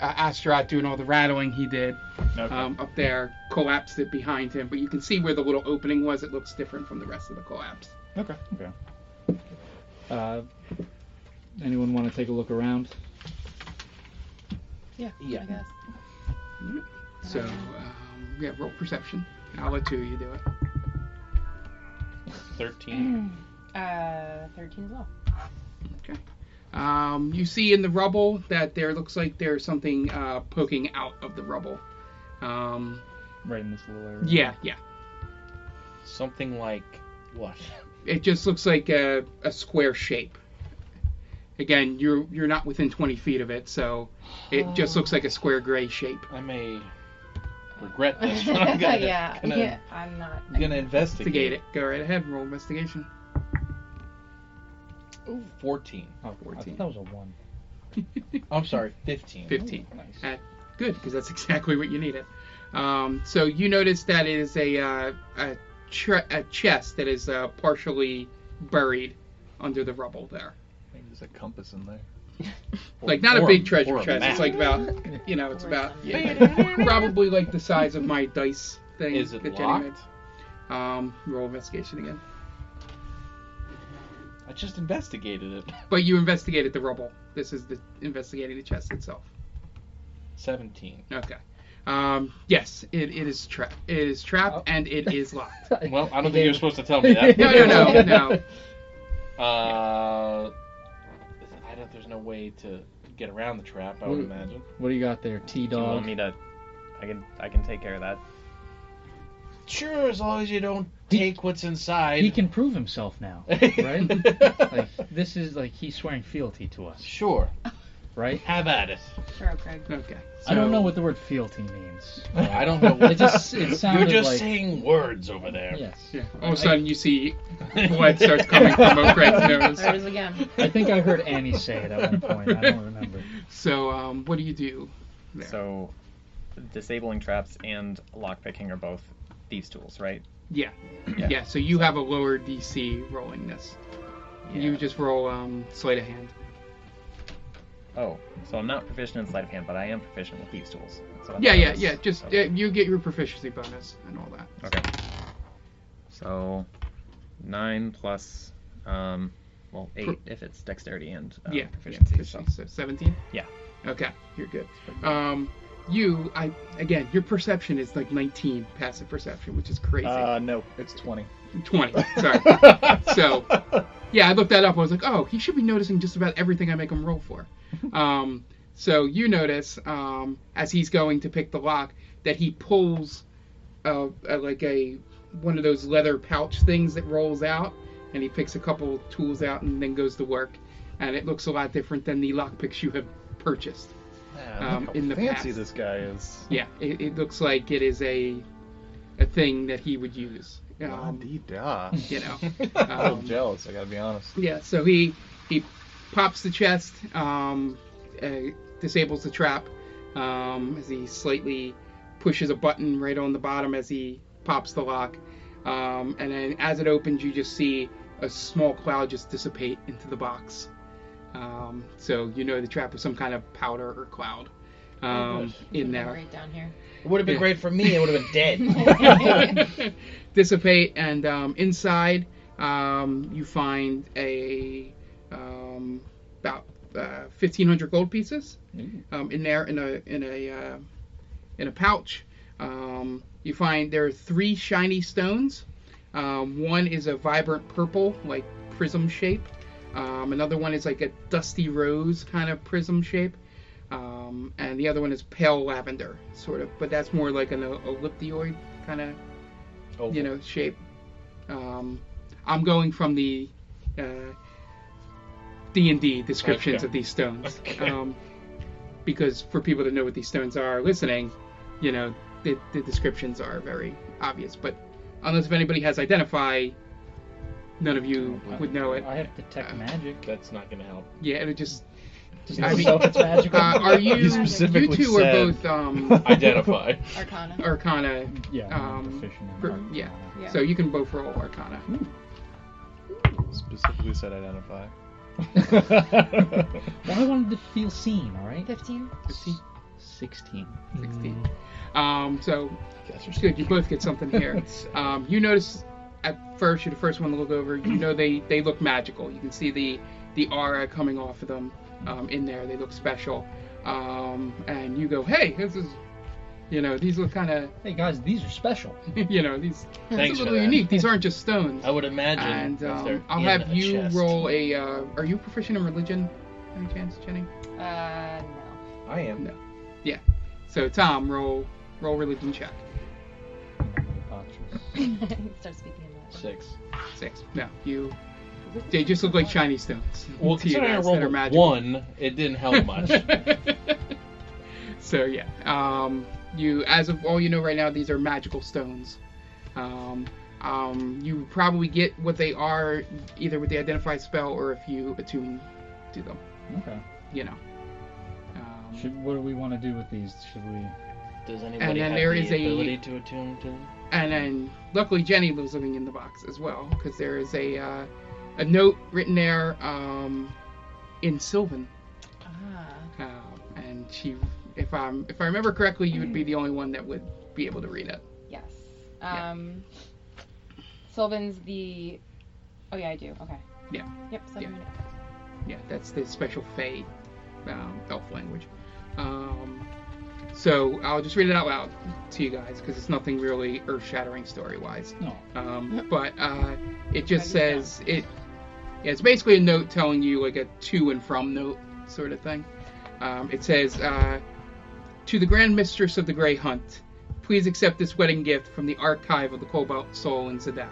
[SPEAKER 1] uh, Astaroth doing all the rattling he did
[SPEAKER 4] Okay.
[SPEAKER 1] um, up there collapsed it behind him, but you can see where the little opening was. It looks different from the rest of the collapse.
[SPEAKER 4] okay. Okay.
[SPEAKER 3] Uh, anyone want to take a look around?
[SPEAKER 5] Yeah.
[SPEAKER 2] Yeah.
[SPEAKER 5] I guess.
[SPEAKER 1] So, um, yeah, roll perception. And I'll let two of you do it. Mm.
[SPEAKER 2] 13.
[SPEAKER 5] Uh, 13 as well.
[SPEAKER 1] Um, you see in the rubble that there looks like there's something uh, poking out of the rubble. Um,
[SPEAKER 3] Right in this little area.
[SPEAKER 1] yeah, yeah.
[SPEAKER 2] Something like what?
[SPEAKER 1] It just looks like a, a square shape. Again, you're you're not within 20 feet of it, so it just looks like a square gray shape.
[SPEAKER 2] I may regret this,
[SPEAKER 5] (laughs)
[SPEAKER 2] (laughs) but I'm gonna,
[SPEAKER 5] yeah,
[SPEAKER 2] gonna,
[SPEAKER 5] yeah, I'm not.
[SPEAKER 2] I'm gonna
[SPEAKER 1] Investigate
[SPEAKER 2] investigate
[SPEAKER 1] it. Go right ahead. Roll investigation.
[SPEAKER 2] 14.
[SPEAKER 3] Oh, I
[SPEAKER 1] 14.
[SPEAKER 3] thought that was a one.
[SPEAKER 2] I'm sorry, 15.
[SPEAKER 1] 15.
[SPEAKER 2] Nice.
[SPEAKER 1] Good, because that's (laughs) exactly what you needed. Um, so you notice that it is a uh, a, tre- a chest that is uh, partially buried under the rubble there.
[SPEAKER 4] Maybe there's a compass in there.
[SPEAKER 1] Like not a
[SPEAKER 2] Or-
[SPEAKER 1] big treasure
[SPEAKER 2] or a
[SPEAKER 1] chest. It's
[SPEAKER 2] map.
[SPEAKER 1] like about you know it's
[SPEAKER 5] Or
[SPEAKER 1] about
[SPEAKER 5] something.
[SPEAKER 1] probably like the size of my dice thing.
[SPEAKER 2] Is it
[SPEAKER 1] that Jenny
[SPEAKER 2] locked?
[SPEAKER 1] made. Um, roll investigation again.
[SPEAKER 2] I just investigated it. (laughs)
[SPEAKER 1] But you investigated the rubble. This is the investigating the chest itself.
[SPEAKER 2] 17.
[SPEAKER 1] Okay. Um, yes, it, it is trapped. It is trapped
[SPEAKER 2] Oh.
[SPEAKER 1] and it is (laughs) locked.
[SPEAKER 2] (laughs) Well, I don't think you're supposed to tell me
[SPEAKER 1] (laughs)
[SPEAKER 2] that.
[SPEAKER 1] No, no, no,
[SPEAKER 5] (laughs)
[SPEAKER 2] (laughs)
[SPEAKER 1] no.
[SPEAKER 2] Uh, I don't. There's no way to get around the trap. I would
[SPEAKER 3] Well,
[SPEAKER 2] imagine.
[SPEAKER 3] What do you got there, T
[SPEAKER 7] Do you want
[SPEAKER 3] Dog?
[SPEAKER 7] me to? I can I can take care of that.
[SPEAKER 2] Sure, as long as you don't
[SPEAKER 3] He-
[SPEAKER 2] take what's inside.
[SPEAKER 3] He can prove himself now, right? like this is like he's swearing fealty to us,
[SPEAKER 2] sure.
[SPEAKER 3] right?
[SPEAKER 2] Have at
[SPEAKER 3] (laughs)
[SPEAKER 2] it.
[SPEAKER 5] Sure, Craig.
[SPEAKER 1] Okay.
[SPEAKER 3] I don't
[SPEAKER 1] so-
[SPEAKER 3] know what the word fealty means.
[SPEAKER 2] I don't know.
[SPEAKER 3] It
[SPEAKER 2] (laughs)
[SPEAKER 3] just it sounded
[SPEAKER 2] You're just
[SPEAKER 3] like
[SPEAKER 2] saying words over there. (laughs)
[SPEAKER 3] yes.
[SPEAKER 1] Yeah. All of a sudden, you see blood starts coming from
[SPEAKER 2] (laughs)
[SPEAKER 1] O'Craig's nose.
[SPEAKER 5] There it is again.
[SPEAKER 3] I think I heard Annie say it at one point. I don't remember.
[SPEAKER 1] So, um, what do you do? There.
[SPEAKER 7] So, disabling traps and lockpicking are both these tools, right?
[SPEAKER 1] Yeah.
[SPEAKER 7] Yeah.
[SPEAKER 1] yeah. So you have a lower DC rolling this. You
[SPEAKER 7] Yeah.
[SPEAKER 1] just roll um, sleight of hand.
[SPEAKER 7] Oh, so I'm not proficient in sleight of hand, but I am proficient with these tools. That's what I
[SPEAKER 1] Yeah,
[SPEAKER 7] thought it
[SPEAKER 1] yeah,
[SPEAKER 7] was.
[SPEAKER 1] yeah. Just uh,
[SPEAKER 7] Okay.
[SPEAKER 1] you get your proficiency bonus and all that.
[SPEAKER 7] Okay. So, nine plus, um, well, eight
[SPEAKER 1] Pro-
[SPEAKER 7] if it's dexterity and um,
[SPEAKER 1] yeah.
[SPEAKER 7] proficiency.
[SPEAKER 1] yeah,
[SPEAKER 7] so.
[SPEAKER 1] So seventeen.
[SPEAKER 7] Yeah.
[SPEAKER 1] Okay. You're good. Um, you, I again, your perception is like 19 passive perception, which is crazy.
[SPEAKER 4] Uh, no, it's 20.
[SPEAKER 1] 20.
[SPEAKER 4] (laughs)
[SPEAKER 7] (laughs)
[SPEAKER 1] Sorry. so, yeah, I looked that up. I was like, oh, he should be noticing just about everything I make him roll for. Um, so you notice um, as he's going to pick the lock that he pulls uh, uh like a one of those leather pouch things that rolls out, and he picks a couple tools out and then goes to work. And it looks a lot different than the lockpicks you have purchased. Um, in the
[SPEAKER 4] fancy
[SPEAKER 1] past.
[SPEAKER 4] this guy is.
[SPEAKER 1] Yeah, it, it looks like it is a a thing that he would use. Um,
[SPEAKER 4] La-di-da.
[SPEAKER 1] you know.
[SPEAKER 4] (laughs) I'm a little
[SPEAKER 1] Um,
[SPEAKER 4] jealous, I gotta be
[SPEAKER 1] (laughs)
[SPEAKER 4] honest.
[SPEAKER 1] Yeah, so he he pops the chest, um, uh, disables the trap um, as he slightly pushes a button right on the bottom as he pops the lock, um, and then as it opens, you just see a small cloud just dissipate into the box. Um, so you know the trap was some kind of powder or cloud um, in there.
[SPEAKER 5] Right down here.
[SPEAKER 2] It would have been
[SPEAKER 1] Yeah.
[SPEAKER 2] great for me. It would have been dead.
[SPEAKER 3] (laughs)
[SPEAKER 1] (laughs) dissipate and um, inside um, you find a um, about uh, 1500 gold pieces um, in there in a in a uh, in a pouch um, you find there are three shiny stones um, one is a vibrant purple like prism shape um, another one is like a dusty rose kind of prism shape um, and the other one is pale lavender sort of but that's more like an el- elliptoid kind of
[SPEAKER 2] Oh,
[SPEAKER 1] you know shape. Um, I'm going from the D and D descriptions
[SPEAKER 2] Okay.
[SPEAKER 1] of these stones,
[SPEAKER 2] Okay.
[SPEAKER 1] um, because for people that know what these stones are, listening, you know, the, the descriptions are very obvious. But unless if anybody has identify, none of you would know it.
[SPEAKER 3] I have detect magic.
[SPEAKER 2] That's not gonna help.
[SPEAKER 1] Yeah, it would just.
[SPEAKER 3] Does
[SPEAKER 1] I
[SPEAKER 3] it
[SPEAKER 1] mean-
[SPEAKER 3] show if it's magical?
[SPEAKER 1] Uh, are you?
[SPEAKER 4] He
[SPEAKER 1] You
[SPEAKER 4] specifically
[SPEAKER 1] two are
[SPEAKER 4] said-
[SPEAKER 1] both
[SPEAKER 4] (laughs)
[SPEAKER 1] um,
[SPEAKER 2] Identify.
[SPEAKER 5] Arcana.
[SPEAKER 1] Arcana,
[SPEAKER 3] yeah, I'm not
[SPEAKER 1] um,
[SPEAKER 3] proficient in
[SPEAKER 1] gr-
[SPEAKER 3] arcana.
[SPEAKER 1] yeah.
[SPEAKER 5] Yeah.
[SPEAKER 1] so you can both roll Arcana.
[SPEAKER 4] Specifically said identify.
[SPEAKER 3] Well, I wanted to feel seen, all right?
[SPEAKER 5] 15.
[SPEAKER 1] 15?
[SPEAKER 3] 16.
[SPEAKER 1] 16. Um, so
[SPEAKER 2] Guys are
[SPEAKER 1] Good, you both get something here. um, you notice at first, you're the first one to look over. You know they they look magical. You can see the the aura coming off of them um, in there. They look special. Um, and you go, hey, this is, you know, these look kind of,
[SPEAKER 3] Hey, guys, these are special.
[SPEAKER 1] (laughs) you know, these
[SPEAKER 2] Thanks
[SPEAKER 1] these are a
[SPEAKER 2] for
[SPEAKER 1] little
[SPEAKER 2] that. Oh,
[SPEAKER 1] unique. These aren't just stones.
[SPEAKER 2] I would imagine.
[SPEAKER 1] and
[SPEAKER 2] if
[SPEAKER 1] um,
[SPEAKER 2] they're
[SPEAKER 1] I'll
[SPEAKER 2] in
[SPEAKER 1] have
[SPEAKER 2] a
[SPEAKER 1] you
[SPEAKER 2] chest.
[SPEAKER 1] roll a. Uh, are you proficient in religion? Any chance, Jenny?
[SPEAKER 5] Uh, no. (laughs)
[SPEAKER 2] I am.
[SPEAKER 1] So Tom, roll roll religion check.
[SPEAKER 5] Start speaking in Latin.
[SPEAKER 2] Six.
[SPEAKER 1] Six. No, you. They just look like shiny stones.
[SPEAKER 2] Well,
[SPEAKER 1] to you
[SPEAKER 2] considering I
[SPEAKER 1] guys that are
[SPEAKER 2] rolled a
[SPEAKER 1] magical.
[SPEAKER 2] one, it didn't help
[SPEAKER 1] (laughs)
[SPEAKER 2] much.
[SPEAKER 1] so yeah, um, you as of all you know right now, these are magical stones. Um, um, you probably get what they are either with the identify spell or if you attune to them.
[SPEAKER 3] Okay.
[SPEAKER 1] You know. Um,
[SPEAKER 3] Should, what do we want to do with these? Should we?
[SPEAKER 2] Does anybody
[SPEAKER 1] then
[SPEAKER 2] have
[SPEAKER 1] there
[SPEAKER 2] the
[SPEAKER 1] is a-
[SPEAKER 2] ability to attune to them?
[SPEAKER 1] And then, luckily, Jenny was living in the box as well, because there is a uh, a note written there um, in Sylvan,
[SPEAKER 5] Ah.
[SPEAKER 1] um, and she, if I'm if I remember correctly, you would be the only one that would be able to read it.
[SPEAKER 5] Yes.
[SPEAKER 1] Yeah.
[SPEAKER 5] Um, Sylvan's the. Oh yeah, I do. Okay.
[SPEAKER 1] Yeah.
[SPEAKER 5] Yep. Sylvan.
[SPEAKER 1] Yeah, that's the special Fey um, elf language. Um, so I'll just read it out loud to you guys, because it's nothing really earth-shattering story-wise.
[SPEAKER 3] No.
[SPEAKER 1] Um, but uh, it just
[SPEAKER 5] Write it down.
[SPEAKER 1] says it. Yeah, it's basically a note telling you like a to and from note sort of thing. Um, it says uh, to the Grand Mistress of the Grey Hunt, please accept this wedding gift from the archive of the Cobalt Soul in Zadash.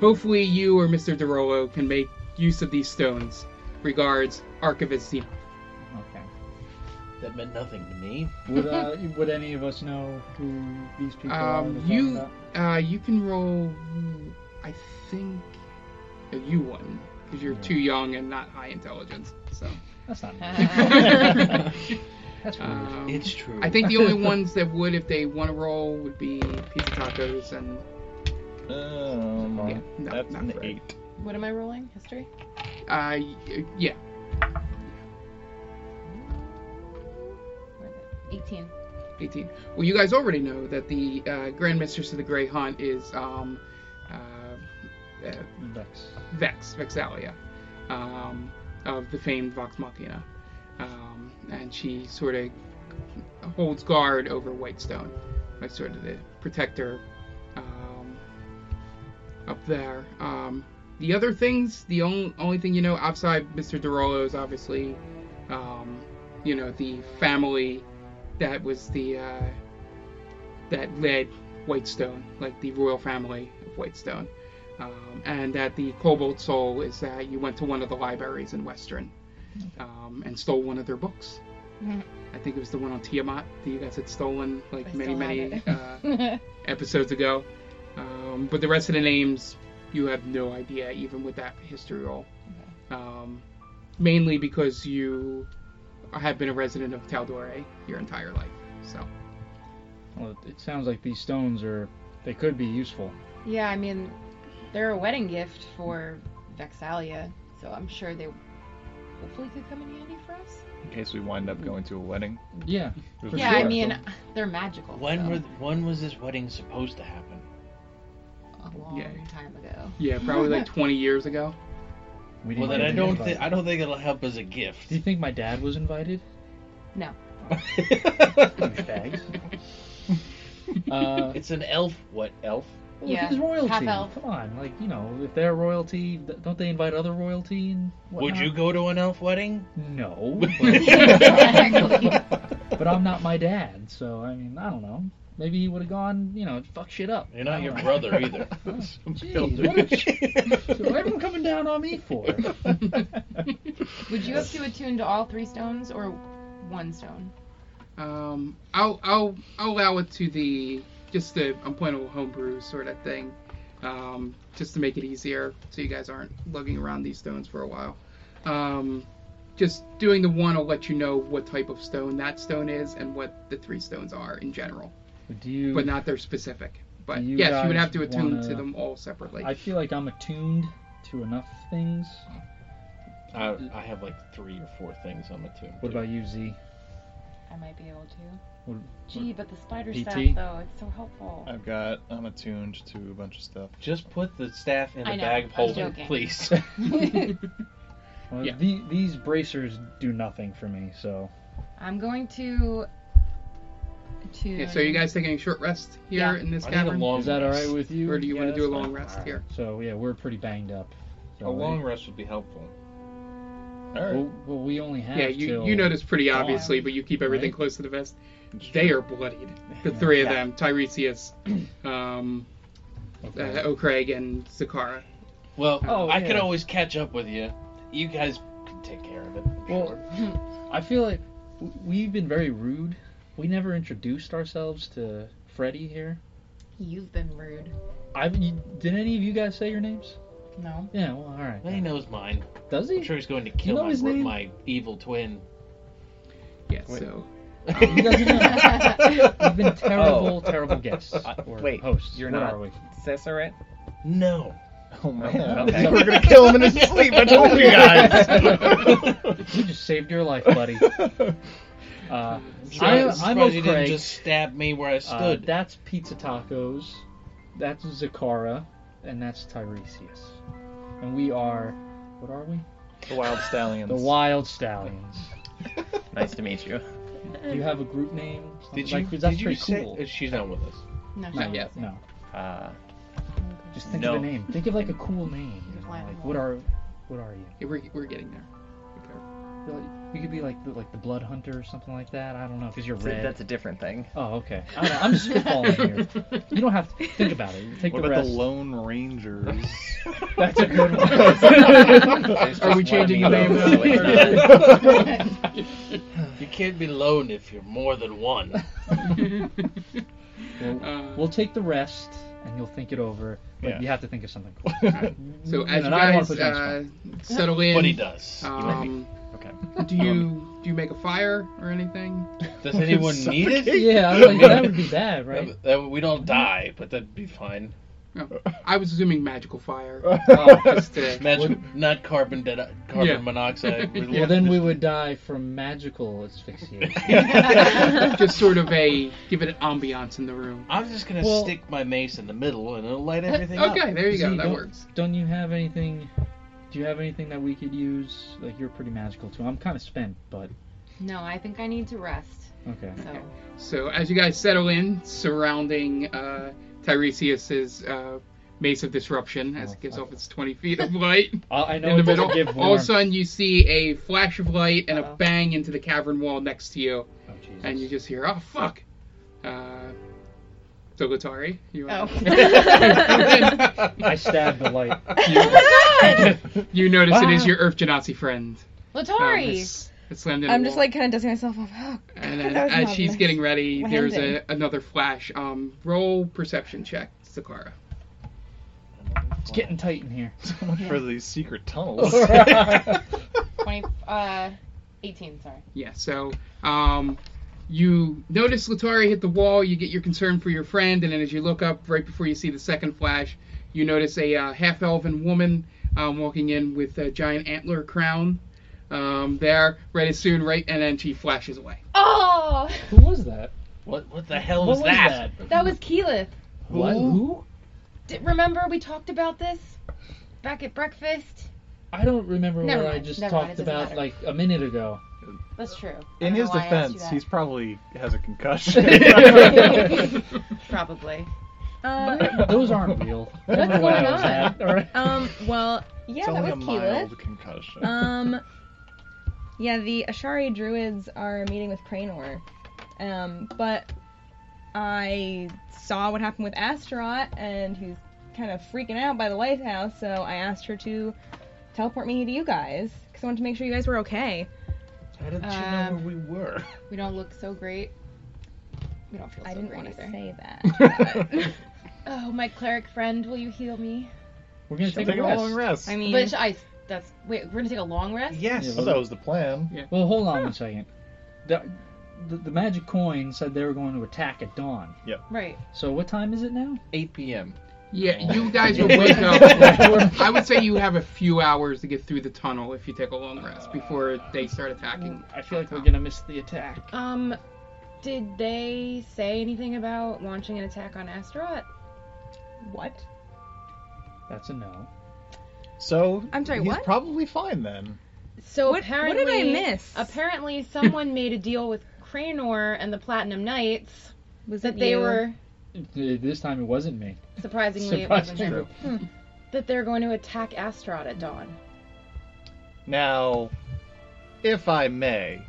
[SPEAKER 1] Hopefully, you or Mister Derolo can make use of these stones. Regards, Archivist Xena.
[SPEAKER 3] Okay.
[SPEAKER 2] That meant nothing to me. (laughs)
[SPEAKER 3] Would uh, would any of us know who these people are?
[SPEAKER 1] Um,
[SPEAKER 3] we're talking
[SPEAKER 1] you
[SPEAKER 3] about?
[SPEAKER 1] uh, you can roll. I think uh, you won because you're
[SPEAKER 3] Yeah.
[SPEAKER 1] too young and not high intelligence. So
[SPEAKER 2] (laughs)
[SPEAKER 3] That's not.
[SPEAKER 5] Ah.
[SPEAKER 3] (laughs) That's rude.
[SPEAKER 1] um,
[SPEAKER 2] it's true.
[SPEAKER 1] I think the only ones that would, if they want to roll, would be pizza tacos and
[SPEAKER 4] Um,
[SPEAKER 1] yeah, no,
[SPEAKER 4] that's
[SPEAKER 1] not
[SPEAKER 4] an
[SPEAKER 1] Fred.
[SPEAKER 4] eight.
[SPEAKER 5] What am I rolling? History.
[SPEAKER 1] Uh, y- yeah,
[SPEAKER 5] Where is it? Eighteen.
[SPEAKER 1] 18. Well, you guys already know that the uh, Grand Mistress of the Grey Hunt is um, uh, uh,
[SPEAKER 3] Vex.
[SPEAKER 1] Vex, Vexalia, um, of the famed Vox Machina. Um, and she sort of holds guard over Whitestone, like sort of the protector um, up there. Um, the other things, the only, only thing you know outside Mr. Derolo is obviously, um, you know, the family that was the, uh, that led Whitestone, like the royal family of Whitestone um, and that the Cobalt Soul is that you went to one of the libraries in Western um, and stole one of their books.
[SPEAKER 5] Mhm.
[SPEAKER 1] I think it was the one on Tiamat that you guys had stolen like
[SPEAKER 5] I
[SPEAKER 1] many
[SPEAKER 5] still
[SPEAKER 1] many
[SPEAKER 5] have (laughs)
[SPEAKER 1] uh,
[SPEAKER 5] it.
[SPEAKER 1] episodes ago. Um, but the rest of the names you have no idea, even with that history roll. Um, mainly because you have been a resident of Taldore your entire life. So
[SPEAKER 3] Well, it sounds like these stones are. They could be useful.
[SPEAKER 5] yeah, I mean, they're a wedding gift for Vexalia, so I'm sure they hopefully could come in handy for us.
[SPEAKER 4] In case we wind up going to a wedding.
[SPEAKER 3] Yeah.
[SPEAKER 4] There's
[SPEAKER 5] Yeah,
[SPEAKER 4] a
[SPEAKER 5] I
[SPEAKER 4] lot.
[SPEAKER 5] mean, they're magical.
[SPEAKER 2] When
[SPEAKER 5] so.
[SPEAKER 2] were when was this wedding supposed to happen?
[SPEAKER 5] a long
[SPEAKER 1] Yeah.
[SPEAKER 5] time ago.
[SPEAKER 1] yeah, probably like 20 years ago.
[SPEAKER 3] We
[SPEAKER 2] Well,
[SPEAKER 3] didn't
[SPEAKER 2] then
[SPEAKER 3] get
[SPEAKER 2] I
[SPEAKER 3] an
[SPEAKER 2] don't
[SPEAKER 3] invite.
[SPEAKER 2] think I don't think it'll help as a
[SPEAKER 3] (laughs) Do
[SPEAKER 2] gift.
[SPEAKER 3] you think my dad
[SPEAKER 2] (laughs)
[SPEAKER 3] was invited? Douchebags. uh,
[SPEAKER 2] it's an elf. What elf?
[SPEAKER 3] well,
[SPEAKER 5] Yeah,
[SPEAKER 3] He's royalty.
[SPEAKER 5] half elf.
[SPEAKER 3] Come on, like you know, if they're royalty, th- don't they invite other royalty? And
[SPEAKER 2] Would
[SPEAKER 3] whatnot?
[SPEAKER 2] you go to an elf wedding? (laughs)
[SPEAKER 3] No.
[SPEAKER 5] Exactly.
[SPEAKER 3] But I'm not my dad, so I mean, I don't know. Maybe he would have gone, you know, fuck shit up.
[SPEAKER 2] You're not
[SPEAKER 3] I
[SPEAKER 2] your
[SPEAKER 3] don't know.
[SPEAKER 2] brother
[SPEAKER 4] (laughs)
[SPEAKER 2] either.
[SPEAKER 3] Jeez, what a ch- so everyone coming down on me
[SPEAKER 2] (laughs)
[SPEAKER 3] for it.
[SPEAKER 5] Would you have to attune to all three stones or one stone?
[SPEAKER 1] Um, I'll I'll I'll allow it to the just the unpointable homebrew sort of thing, um, just to make it easier so you guys aren't lugging around these stones for a while. Um, just doing the one will let you know what type of stone that stone is and what the three stones are in general,
[SPEAKER 3] Do you?
[SPEAKER 1] but not their specific. But
[SPEAKER 3] Do you
[SPEAKER 1] yes, you would
[SPEAKER 3] guys
[SPEAKER 1] have to attune to
[SPEAKER 3] wanna-
[SPEAKER 1] them all separately.
[SPEAKER 3] (laughs) I feel like I'm attuned to enough things.
[SPEAKER 2] I, I have like three or four things on the tomb.
[SPEAKER 3] What about you, Z?
[SPEAKER 5] I might be able to.
[SPEAKER 3] What,
[SPEAKER 5] Gee, but the spider
[SPEAKER 3] PT?
[SPEAKER 5] staff though, it's so helpful.
[SPEAKER 4] I've got. I'm attuned to a bunch
[SPEAKER 2] (laughs)
[SPEAKER 4] of stuff.
[SPEAKER 2] Just put the staff in
[SPEAKER 5] I
[SPEAKER 2] the
[SPEAKER 5] know,
[SPEAKER 2] bag of
[SPEAKER 5] I was
[SPEAKER 2] holding,
[SPEAKER 5] joking.
[SPEAKER 2] please.
[SPEAKER 3] well,
[SPEAKER 1] Yeah.
[SPEAKER 3] the- these bracers do nothing for me, so
[SPEAKER 5] I'm going to.
[SPEAKER 1] (laughs)
[SPEAKER 5] To.
[SPEAKER 1] Yeah, so you guys taking a short rest here
[SPEAKER 5] Yeah.
[SPEAKER 1] in this
[SPEAKER 2] I need a
[SPEAKER 1] cavern,
[SPEAKER 2] long
[SPEAKER 3] is that all
[SPEAKER 2] rest.
[SPEAKER 3] right with you?
[SPEAKER 1] or do you want
[SPEAKER 3] Yeah,
[SPEAKER 1] to do a
[SPEAKER 3] that's
[SPEAKER 1] long
[SPEAKER 3] fine.
[SPEAKER 1] rest
[SPEAKER 2] Alright.
[SPEAKER 1] here?
[SPEAKER 3] So yeah, we're pretty banged up.
[SPEAKER 2] A
[SPEAKER 3] So,
[SPEAKER 2] long rest would be helpful.
[SPEAKER 4] All right.
[SPEAKER 3] Well, well, we only have
[SPEAKER 1] Yeah, you
[SPEAKER 3] till-
[SPEAKER 1] you notice pretty
[SPEAKER 3] dawn,
[SPEAKER 1] obviously, but you keep everything
[SPEAKER 3] right?
[SPEAKER 1] close to the vest. They are bloodied. The
[SPEAKER 3] Yeah.
[SPEAKER 1] three of
[SPEAKER 2] Yeah.
[SPEAKER 1] them,
[SPEAKER 3] (clears throat)
[SPEAKER 1] Tiresias, um, uh,
[SPEAKER 3] Okay.
[SPEAKER 1] O'Craig, and Zakara.
[SPEAKER 2] Well,
[SPEAKER 3] Oh,
[SPEAKER 2] I could
[SPEAKER 3] yeah.
[SPEAKER 2] always catch up with you. You guys can take care of it. I'm
[SPEAKER 3] Well,
[SPEAKER 2] sure.
[SPEAKER 3] I feel like w- we've been very rude. We never introduced ourselves to Freddy here.
[SPEAKER 5] You've been rude.
[SPEAKER 3] I've, you- did any of you guys say your names?
[SPEAKER 5] No.
[SPEAKER 3] Yeah, well, all right.
[SPEAKER 2] he knows mine.
[SPEAKER 3] Does
[SPEAKER 2] I'm
[SPEAKER 3] he?
[SPEAKER 2] sure he's going to kill
[SPEAKER 3] know
[SPEAKER 2] my,
[SPEAKER 3] his
[SPEAKER 2] bro-
[SPEAKER 3] name?
[SPEAKER 2] my evil twin.
[SPEAKER 1] Yeah,
[SPEAKER 4] Wait.
[SPEAKER 1] so
[SPEAKER 3] You guys
[SPEAKER 2] (laughs)
[SPEAKER 3] have been, you've been
[SPEAKER 2] Oh.
[SPEAKER 3] terrible, terrible guests.
[SPEAKER 7] I-
[SPEAKER 3] or
[SPEAKER 7] wait,
[SPEAKER 3] hosts.
[SPEAKER 7] you're
[SPEAKER 3] Where
[SPEAKER 7] not-
[SPEAKER 3] Are we?
[SPEAKER 7] Cicerate?
[SPEAKER 2] No.
[SPEAKER 4] Oh man.
[SPEAKER 7] Okay.
[SPEAKER 4] We're
[SPEAKER 2] (laughs)
[SPEAKER 4] gonna kill him in his sleep. I told you guys.
[SPEAKER 3] You just saved your
[SPEAKER 2] (laughs)
[SPEAKER 3] life, buddy. Uh,
[SPEAKER 2] Sure,
[SPEAKER 3] I,
[SPEAKER 2] I'm
[SPEAKER 3] I'm
[SPEAKER 2] surprised you didn't
[SPEAKER 3] O'Craig.
[SPEAKER 2] just stab me where I
[SPEAKER 3] Uh,
[SPEAKER 2] stood.
[SPEAKER 3] that's Pizza Tacos. That's Zakara, and that's Tiresias. And we are, what are we?
[SPEAKER 4] the wild
[SPEAKER 2] (laughs)
[SPEAKER 4] stallions.
[SPEAKER 3] The Wild Stallions.
[SPEAKER 7] Nice to meet you.
[SPEAKER 3] Do you have a group name?
[SPEAKER 2] did you?
[SPEAKER 3] Like, 'cause that's
[SPEAKER 2] did you
[SPEAKER 3] pretty
[SPEAKER 2] say
[SPEAKER 3] cool.
[SPEAKER 2] uh, she's not with us?
[SPEAKER 5] No.
[SPEAKER 1] Not
[SPEAKER 5] she-
[SPEAKER 1] yet.
[SPEAKER 3] No.
[SPEAKER 7] Uh,
[SPEAKER 3] Just think
[SPEAKER 7] No.
[SPEAKER 3] of a name. Think of like a cool name. you know,
[SPEAKER 5] Black
[SPEAKER 3] like,
[SPEAKER 5] hole.
[SPEAKER 3] what are, what are you?
[SPEAKER 1] yeah, we're, we're getting there. Okay.
[SPEAKER 3] Like, You could be like the, like the Blood Hunter or something like that. I don't know, because you're
[SPEAKER 7] th-
[SPEAKER 3] red.
[SPEAKER 7] that's a different thing.
[SPEAKER 3] Oh, okay. I don't know. I'm
[SPEAKER 1] (laughs)
[SPEAKER 3] just spitballing here. You don't have to think about it. You Take
[SPEAKER 4] What
[SPEAKER 3] the
[SPEAKER 4] about
[SPEAKER 3] rest.
[SPEAKER 4] the Lone Rangers?
[SPEAKER 3] That's
[SPEAKER 1] (laughs)
[SPEAKER 3] a good one.
[SPEAKER 7] There's
[SPEAKER 1] Are we
[SPEAKER 7] just one
[SPEAKER 1] changing
[SPEAKER 7] of
[SPEAKER 1] the
[SPEAKER 7] me,
[SPEAKER 1] name
[SPEAKER 7] so
[SPEAKER 1] now?
[SPEAKER 7] it's not-
[SPEAKER 2] You can't be lone if you're more than one.
[SPEAKER 1] (laughs)
[SPEAKER 3] (laughs) We'll,
[SPEAKER 1] Uh,
[SPEAKER 3] we'll take the rest, and you'll think it over. But
[SPEAKER 4] Yeah.
[SPEAKER 3] you have to think of something cool.
[SPEAKER 1] so
[SPEAKER 3] Mm,
[SPEAKER 1] as you
[SPEAKER 3] and I don't wanna
[SPEAKER 1] guys
[SPEAKER 3] put you on the
[SPEAKER 1] uh, settle in,
[SPEAKER 2] but he does.
[SPEAKER 1] Um,
[SPEAKER 7] Okay.
[SPEAKER 1] do
[SPEAKER 3] Um,
[SPEAKER 1] you do you make a fire or anything?
[SPEAKER 2] Does anyone need it?
[SPEAKER 3] yeah, I was like, that would be bad, right?
[SPEAKER 2] (laughs) That- that- we don't die, but that'd be fine.
[SPEAKER 1] I was assuming magical
[SPEAKER 3] (laughs)
[SPEAKER 1] fire.
[SPEAKER 3] Oh,
[SPEAKER 1] Just uh, to,
[SPEAKER 2] Imagine not carbon di- carbon
[SPEAKER 1] Yeah.
[SPEAKER 3] (laughs)
[SPEAKER 2] monoxide. We're (laughs)
[SPEAKER 3] well, then we would die from magical asphyxiation.
[SPEAKER 1] just sort of a give it an ambiance in the room.
[SPEAKER 2] I'm just gonna
[SPEAKER 3] Well-
[SPEAKER 2] stick my mace in the middle and it'll light everything up.
[SPEAKER 1] Okay, there you
[SPEAKER 3] See,
[SPEAKER 1] go. That
[SPEAKER 3] don't-
[SPEAKER 1] works.
[SPEAKER 3] Don't you have anything? Do you have anything that we could use? Like you're pretty magical too. I'm kind of spent, but
[SPEAKER 5] (laughs) No, I think I need to rest.
[SPEAKER 3] okay.
[SPEAKER 5] So
[SPEAKER 1] So as you guys settle in, surrounding uh, Tiresias's uh, Mace of Disruption, as
[SPEAKER 3] Oh,
[SPEAKER 1] it gives
[SPEAKER 3] fuck.
[SPEAKER 1] off its 20 feet of light
[SPEAKER 3] I, I know
[SPEAKER 1] in the
[SPEAKER 3] it doesn't
[SPEAKER 1] middle,
[SPEAKER 3] give
[SPEAKER 1] all of
[SPEAKER 3] warmth.
[SPEAKER 1] a sudden you see a flash of light and a
[SPEAKER 5] Uh-oh.
[SPEAKER 1] bang into the cavern wall next to you,
[SPEAKER 3] Oh, Jesus.
[SPEAKER 1] and you just hear, oh, fuck. Uh, so, Latari, you,
[SPEAKER 5] (laughs) Oh.
[SPEAKER 3] I stabbed the light.
[SPEAKER 5] (laughs)
[SPEAKER 1] you notice it is
[SPEAKER 3] Ah.
[SPEAKER 1] your Earth Genasi friend. Um,
[SPEAKER 5] Latari.
[SPEAKER 1] it's- it's slammed into
[SPEAKER 6] I'm
[SPEAKER 1] the
[SPEAKER 6] just
[SPEAKER 1] wall.
[SPEAKER 6] like kind of dusting myself off. (laughs) Oh,
[SPEAKER 1] And
[SPEAKER 6] God,
[SPEAKER 1] then
[SPEAKER 6] that was
[SPEAKER 1] as
[SPEAKER 6] not
[SPEAKER 1] she's
[SPEAKER 6] nice.
[SPEAKER 1] getting ready,
[SPEAKER 6] What
[SPEAKER 1] there's a,
[SPEAKER 6] happened?
[SPEAKER 1] another flash. Um, roll perception check, Sakara.
[SPEAKER 3] It's getting tight in here.
[SPEAKER 4] so much for these secret tunnels.
[SPEAKER 5] Twenty. Uh, eighteen. Sorry.
[SPEAKER 1] Yeah. So, um, you notice Latari hit the wall. You get your concern for your friend, and then as you look up right before you see the second flash, you notice a uh, half-elven woman um, walking in with a giant antler crown. Um, there, right as soon, right, and then she flashes away.
[SPEAKER 5] Oh,
[SPEAKER 3] Who was that?
[SPEAKER 2] (laughs) What what the hell
[SPEAKER 3] What
[SPEAKER 2] was,
[SPEAKER 3] was
[SPEAKER 2] that?
[SPEAKER 5] that was Keyleth.
[SPEAKER 3] What? Who?
[SPEAKER 5] D remember we talked about this back at breakfast?
[SPEAKER 3] I don't remember
[SPEAKER 5] Never
[SPEAKER 3] what I
[SPEAKER 5] mind,
[SPEAKER 3] just
[SPEAKER 5] never mind,
[SPEAKER 3] talked
[SPEAKER 5] it doesn't
[SPEAKER 3] about
[SPEAKER 5] matter.
[SPEAKER 3] like a minute ago. (laughs)
[SPEAKER 5] That's true. I
[SPEAKER 4] In
[SPEAKER 5] don't
[SPEAKER 4] his
[SPEAKER 5] know why I asked you
[SPEAKER 4] defense,
[SPEAKER 5] that.
[SPEAKER 4] he's probably has a (laughs) concussion.
[SPEAKER 5] probably.
[SPEAKER 6] Um,
[SPEAKER 3] Those
[SPEAKER 1] (laughs)
[SPEAKER 3] aren't real.
[SPEAKER 6] What's
[SPEAKER 3] Remember when I
[SPEAKER 6] going
[SPEAKER 3] was
[SPEAKER 6] on?
[SPEAKER 3] at, all right?
[SPEAKER 7] (laughs)
[SPEAKER 6] um, well,
[SPEAKER 5] Yeah,
[SPEAKER 4] it's
[SPEAKER 5] that
[SPEAKER 4] only
[SPEAKER 5] was
[SPEAKER 4] a
[SPEAKER 5] Keyleth.
[SPEAKER 4] mild concussion.
[SPEAKER 6] um, yeah, the Ashari druids are meeting with Cranor, um, but I saw what happened with Astaroth, and who's kind of freaking out by the lighthouse, so I asked her to teleport me to you guys because I wanted to make sure you guys were okay.
[SPEAKER 4] How did you know
[SPEAKER 5] Um,
[SPEAKER 4] where we were?
[SPEAKER 5] We don't look so great. We don't feel so
[SPEAKER 6] I didn't
[SPEAKER 5] great
[SPEAKER 6] want to
[SPEAKER 5] either.
[SPEAKER 6] say that.
[SPEAKER 5] Oh, my cleric friend, will you heal me?
[SPEAKER 3] We're gonna
[SPEAKER 4] Take
[SPEAKER 3] take a
[SPEAKER 4] a long
[SPEAKER 3] rest.
[SPEAKER 4] rest.
[SPEAKER 6] I mean,
[SPEAKER 5] But I. That's wait. We're gonna take a long rest.
[SPEAKER 4] yes,
[SPEAKER 3] Yeah,
[SPEAKER 4] well, that was the plan.
[SPEAKER 3] Well, hold on one second. The, the, the magic coin said they were going to attack at dawn.
[SPEAKER 5] Right.
[SPEAKER 3] So what time is it now?
[SPEAKER 2] 8 p.m.
[SPEAKER 1] Yeah,
[SPEAKER 2] Oh.
[SPEAKER 4] (laughs)
[SPEAKER 1] you guys will wake up. I would say you have a few hours to get through the tunnel if you take a long rest before they start attacking.
[SPEAKER 3] Hmm,
[SPEAKER 2] I feel like we're gonna miss the attack.
[SPEAKER 5] Um, did they say anything about launching an attack on Astaroth?
[SPEAKER 6] what?
[SPEAKER 3] That's a no.
[SPEAKER 4] So
[SPEAKER 6] I'm sorry,
[SPEAKER 4] he's
[SPEAKER 6] what?
[SPEAKER 4] probably fine then.
[SPEAKER 5] So
[SPEAKER 6] What- what
[SPEAKER 5] apparently,
[SPEAKER 6] did I miss?
[SPEAKER 5] Apparently, someone made a deal with Cranor and the Platinum Knights
[SPEAKER 6] Was
[SPEAKER 5] that
[SPEAKER 6] it
[SPEAKER 5] they
[SPEAKER 6] you?
[SPEAKER 5] were
[SPEAKER 3] Th- This time it wasn't me.
[SPEAKER 5] surprisingly it wasn't
[SPEAKER 3] Surprisingly.
[SPEAKER 5] true that they're going to attack Astaroth at dawn.
[SPEAKER 4] Now, if I may,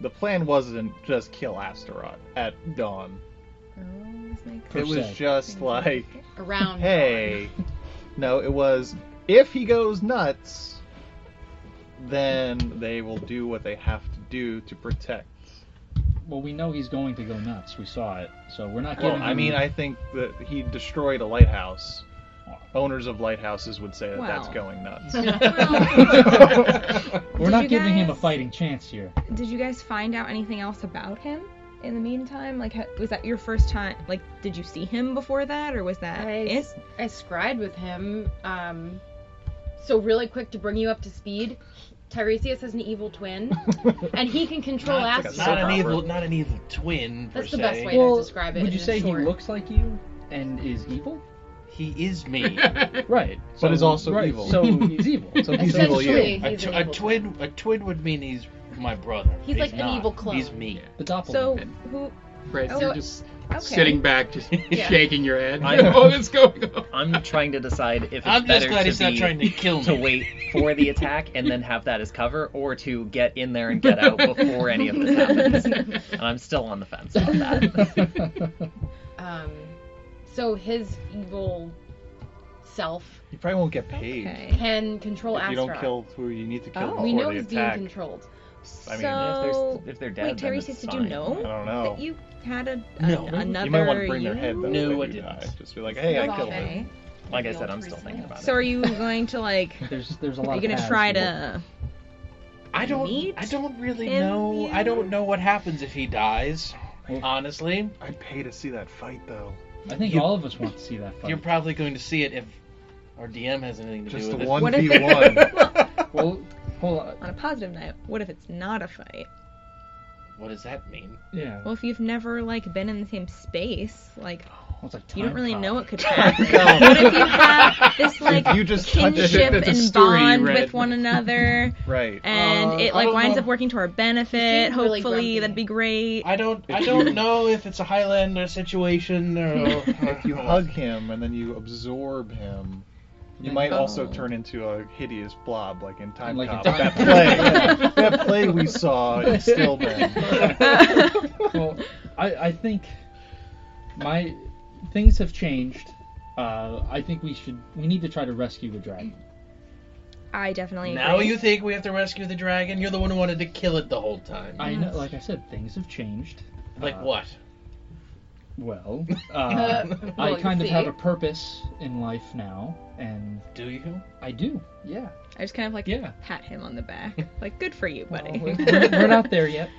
[SPEAKER 4] the plan wasn't just kill Astaroth at dawn.
[SPEAKER 6] Oh, this makes
[SPEAKER 3] Per
[SPEAKER 4] it was
[SPEAKER 3] se.
[SPEAKER 4] just like,
[SPEAKER 5] Around.
[SPEAKER 4] hey, (laughs) no, it was if he goes nuts, then they will do what they have to do to protect.
[SPEAKER 3] Well, we know he's going to go nuts. We saw it. So we're not
[SPEAKER 4] Well,
[SPEAKER 3] giving.
[SPEAKER 4] I
[SPEAKER 3] him-
[SPEAKER 4] mean, I think that he destroyed a lighthouse. Owners of lighthouses would say that that's
[SPEAKER 6] Wow.
[SPEAKER 4] going
[SPEAKER 2] (laughs)
[SPEAKER 4] nuts.
[SPEAKER 3] we're
[SPEAKER 6] Did
[SPEAKER 3] not
[SPEAKER 6] you
[SPEAKER 3] giving him a
[SPEAKER 6] guys-
[SPEAKER 3] fighting chance here.
[SPEAKER 6] Did you guys find out anything else about him in the meantime? Like, ha- was that your first time? Like, did you see him before that, or was that
[SPEAKER 5] I,
[SPEAKER 6] it?
[SPEAKER 5] s- I scried with him. Um, so really quick to bring you up to speed, Tiresias has an evil twin, and he can control
[SPEAKER 4] Not-
[SPEAKER 5] Astaroth.
[SPEAKER 4] not an evil-
[SPEAKER 2] not an evil twin.
[SPEAKER 5] That's the best way to describe it.
[SPEAKER 3] would
[SPEAKER 5] in
[SPEAKER 3] you
[SPEAKER 5] a
[SPEAKER 3] say
[SPEAKER 5] short-
[SPEAKER 3] he looks like you and is evil?
[SPEAKER 2] He is me.
[SPEAKER 1] (laughs)
[SPEAKER 3] Right.
[SPEAKER 4] But is also
[SPEAKER 3] right,
[SPEAKER 4] evil.
[SPEAKER 3] (laughs) So he's evil.
[SPEAKER 4] So he's evil, you.
[SPEAKER 5] Essentially,
[SPEAKER 2] a,
[SPEAKER 5] (laughs) he's
[SPEAKER 2] tw-
[SPEAKER 5] an
[SPEAKER 2] a
[SPEAKER 5] evil
[SPEAKER 2] twin. A twin would mean he's my brother.
[SPEAKER 5] He's like an
[SPEAKER 2] not.
[SPEAKER 5] evil clone.
[SPEAKER 2] He's me.
[SPEAKER 1] Yeah.
[SPEAKER 3] the doppelganger.
[SPEAKER 6] So who?
[SPEAKER 1] Fred,
[SPEAKER 6] Oh,
[SPEAKER 1] you're just
[SPEAKER 6] Okay.
[SPEAKER 1] sitting back, just
[SPEAKER 5] (laughs) Yeah.
[SPEAKER 1] shaking your head. (laughs)
[SPEAKER 7] I know.
[SPEAKER 1] oh, what's going on?
[SPEAKER 7] I'm trying to decide if it's
[SPEAKER 2] I'm just
[SPEAKER 7] better
[SPEAKER 2] glad
[SPEAKER 7] to
[SPEAKER 2] he's not
[SPEAKER 7] be-
[SPEAKER 2] trying to kill
[SPEAKER 4] (laughs)
[SPEAKER 2] me.
[SPEAKER 7] (laughs) to wait for the attack and then have that as cover, or to get in there and get out before any of this happens. And I'm still on the fence about that.
[SPEAKER 3] (laughs)
[SPEAKER 5] Um, so his evil self
[SPEAKER 4] You probably won't get paid
[SPEAKER 6] Okay.
[SPEAKER 5] can control
[SPEAKER 4] if you
[SPEAKER 5] Astaroth.
[SPEAKER 4] don't kill who you need to kill
[SPEAKER 6] Oh.
[SPEAKER 4] before
[SPEAKER 5] we know
[SPEAKER 4] the
[SPEAKER 5] he's
[SPEAKER 4] attack.
[SPEAKER 5] being controlled.
[SPEAKER 6] So
[SPEAKER 4] I mean,
[SPEAKER 7] if, there's, if they're dead,
[SPEAKER 6] wait,
[SPEAKER 7] then
[SPEAKER 6] Teresa,
[SPEAKER 7] it's
[SPEAKER 6] did you
[SPEAKER 7] fine.
[SPEAKER 4] I
[SPEAKER 6] know
[SPEAKER 4] don't know.
[SPEAKER 6] that you had a, a
[SPEAKER 2] No.
[SPEAKER 6] another?
[SPEAKER 4] oh. You might want to bring their head though.
[SPEAKER 2] No,
[SPEAKER 4] if
[SPEAKER 2] I
[SPEAKER 4] they do
[SPEAKER 2] didn't.
[SPEAKER 4] die. Just be like, hey, I killed him.
[SPEAKER 6] Okay.
[SPEAKER 7] Like I said, I'm still thinking about
[SPEAKER 6] So
[SPEAKER 7] it.
[SPEAKER 6] are you going to like?
[SPEAKER 3] There's there's a lot.
[SPEAKER 6] Are you
[SPEAKER 3] of
[SPEAKER 6] gonna
[SPEAKER 3] paths
[SPEAKER 6] try
[SPEAKER 3] here.
[SPEAKER 6] to?
[SPEAKER 2] I don't.
[SPEAKER 6] meat
[SPEAKER 2] I don't really
[SPEAKER 6] in
[SPEAKER 2] know.
[SPEAKER 6] you?
[SPEAKER 2] I don't know what happens if he dies.
[SPEAKER 3] Well-
[SPEAKER 2] Honestly,
[SPEAKER 4] I'd pay to see that fight
[SPEAKER 5] (laughs)
[SPEAKER 4] though.
[SPEAKER 3] I think
[SPEAKER 2] You-
[SPEAKER 3] all of us want to see that fight.
[SPEAKER 2] you're probably going to see it if our DM has anything to
[SPEAKER 4] Just
[SPEAKER 2] do
[SPEAKER 4] the
[SPEAKER 2] with
[SPEAKER 4] one
[SPEAKER 6] What if-
[SPEAKER 4] v one.
[SPEAKER 5] (laughs)
[SPEAKER 3] well, uh, hold on.
[SPEAKER 6] On a positive note, what if it's not a fight?
[SPEAKER 2] it. (laughs) What does that mean?
[SPEAKER 3] Yeah.
[SPEAKER 6] Well, if you've never like been in the same space, like
[SPEAKER 3] well, it's like
[SPEAKER 6] you don't
[SPEAKER 3] time
[SPEAKER 6] really
[SPEAKER 3] cop.
[SPEAKER 6] know what could happen.
[SPEAKER 4] cop.
[SPEAKER 6] what if you have this like
[SPEAKER 4] you just touch it.
[SPEAKER 6] kinship
[SPEAKER 1] That's a
[SPEAKER 6] and
[SPEAKER 1] story you
[SPEAKER 6] bond
[SPEAKER 1] read.
[SPEAKER 6] with one another,
[SPEAKER 4] (laughs) Right.
[SPEAKER 6] and
[SPEAKER 2] Uh,
[SPEAKER 6] it
[SPEAKER 2] I
[SPEAKER 6] like
[SPEAKER 2] don't
[SPEAKER 6] winds
[SPEAKER 2] know.
[SPEAKER 6] up working to our benefit.
[SPEAKER 5] seem really
[SPEAKER 6] Hopefully,
[SPEAKER 5] grumpy.
[SPEAKER 6] that'd be (laughs) great.
[SPEAKER 2] I (laughs) don't. I
[SPEAKER 4] If (laughs) you-
[SPEAKER 2] don't know if it's a Highlander
[SPEAKER 5] (laughs)
[SPEAKER 2] situation or.
[SPEAKER 4] If you hug him and then you absorb him, you might also turn into a hideous blob, like in Time
[SPEAKER 3] Like in
[SPEAKER 4] Cop.
[SPEAKER 3] Time
[SPEAKER 4] that
[SPEAKER 3] Cop.
[SPEAKER 4] (laughs) play, that play we
[SPEAKER 5] (laughs)
[SPEAKER 4] saw in (laughs) Stillman.
[SPEAKER 3] well, I, I think my things have changed. Uh, I think we should we need to try to rescue the dragon.
[SPEAKER 6] I definitely
[SPEAKER 2] Now
[SPEAKER 6] agree.
[SPEAKER 2] you think we have to rescue the dragon? You're the one who wanted to kill it the whole time.
[SPEAKER 3] I know, like I said, things have changed.
[SPEAKER 2] like
[SPEAKER 3] Uh,
[SPEAKER 2] what?
[SPEAKER 3] Well,
[SPEAKER 5] Uh,
[SPEAKER 3] uh,
[SPEAKER 5] well,
[SPEAKER 3] I
[SPEAKER 5] you
[SPEAKER 3] kind of
[SPEAKER 5] see.
[SPEAKER 3] have a purpose in life now, and
[SPEAKER 2] Do you?
[SPEAKER 3] I do. Yeah,
[SPEAKER 6] I just kind of like
[SPEAKER 3] yeah.
[SPEAKER 6] pat him on the back,
[SPEAKER 3] (laughs)
[SPEAKER 6] like good for you, buddy.
[SPEAKER 3] Well, Oh, we're, we're not there yet.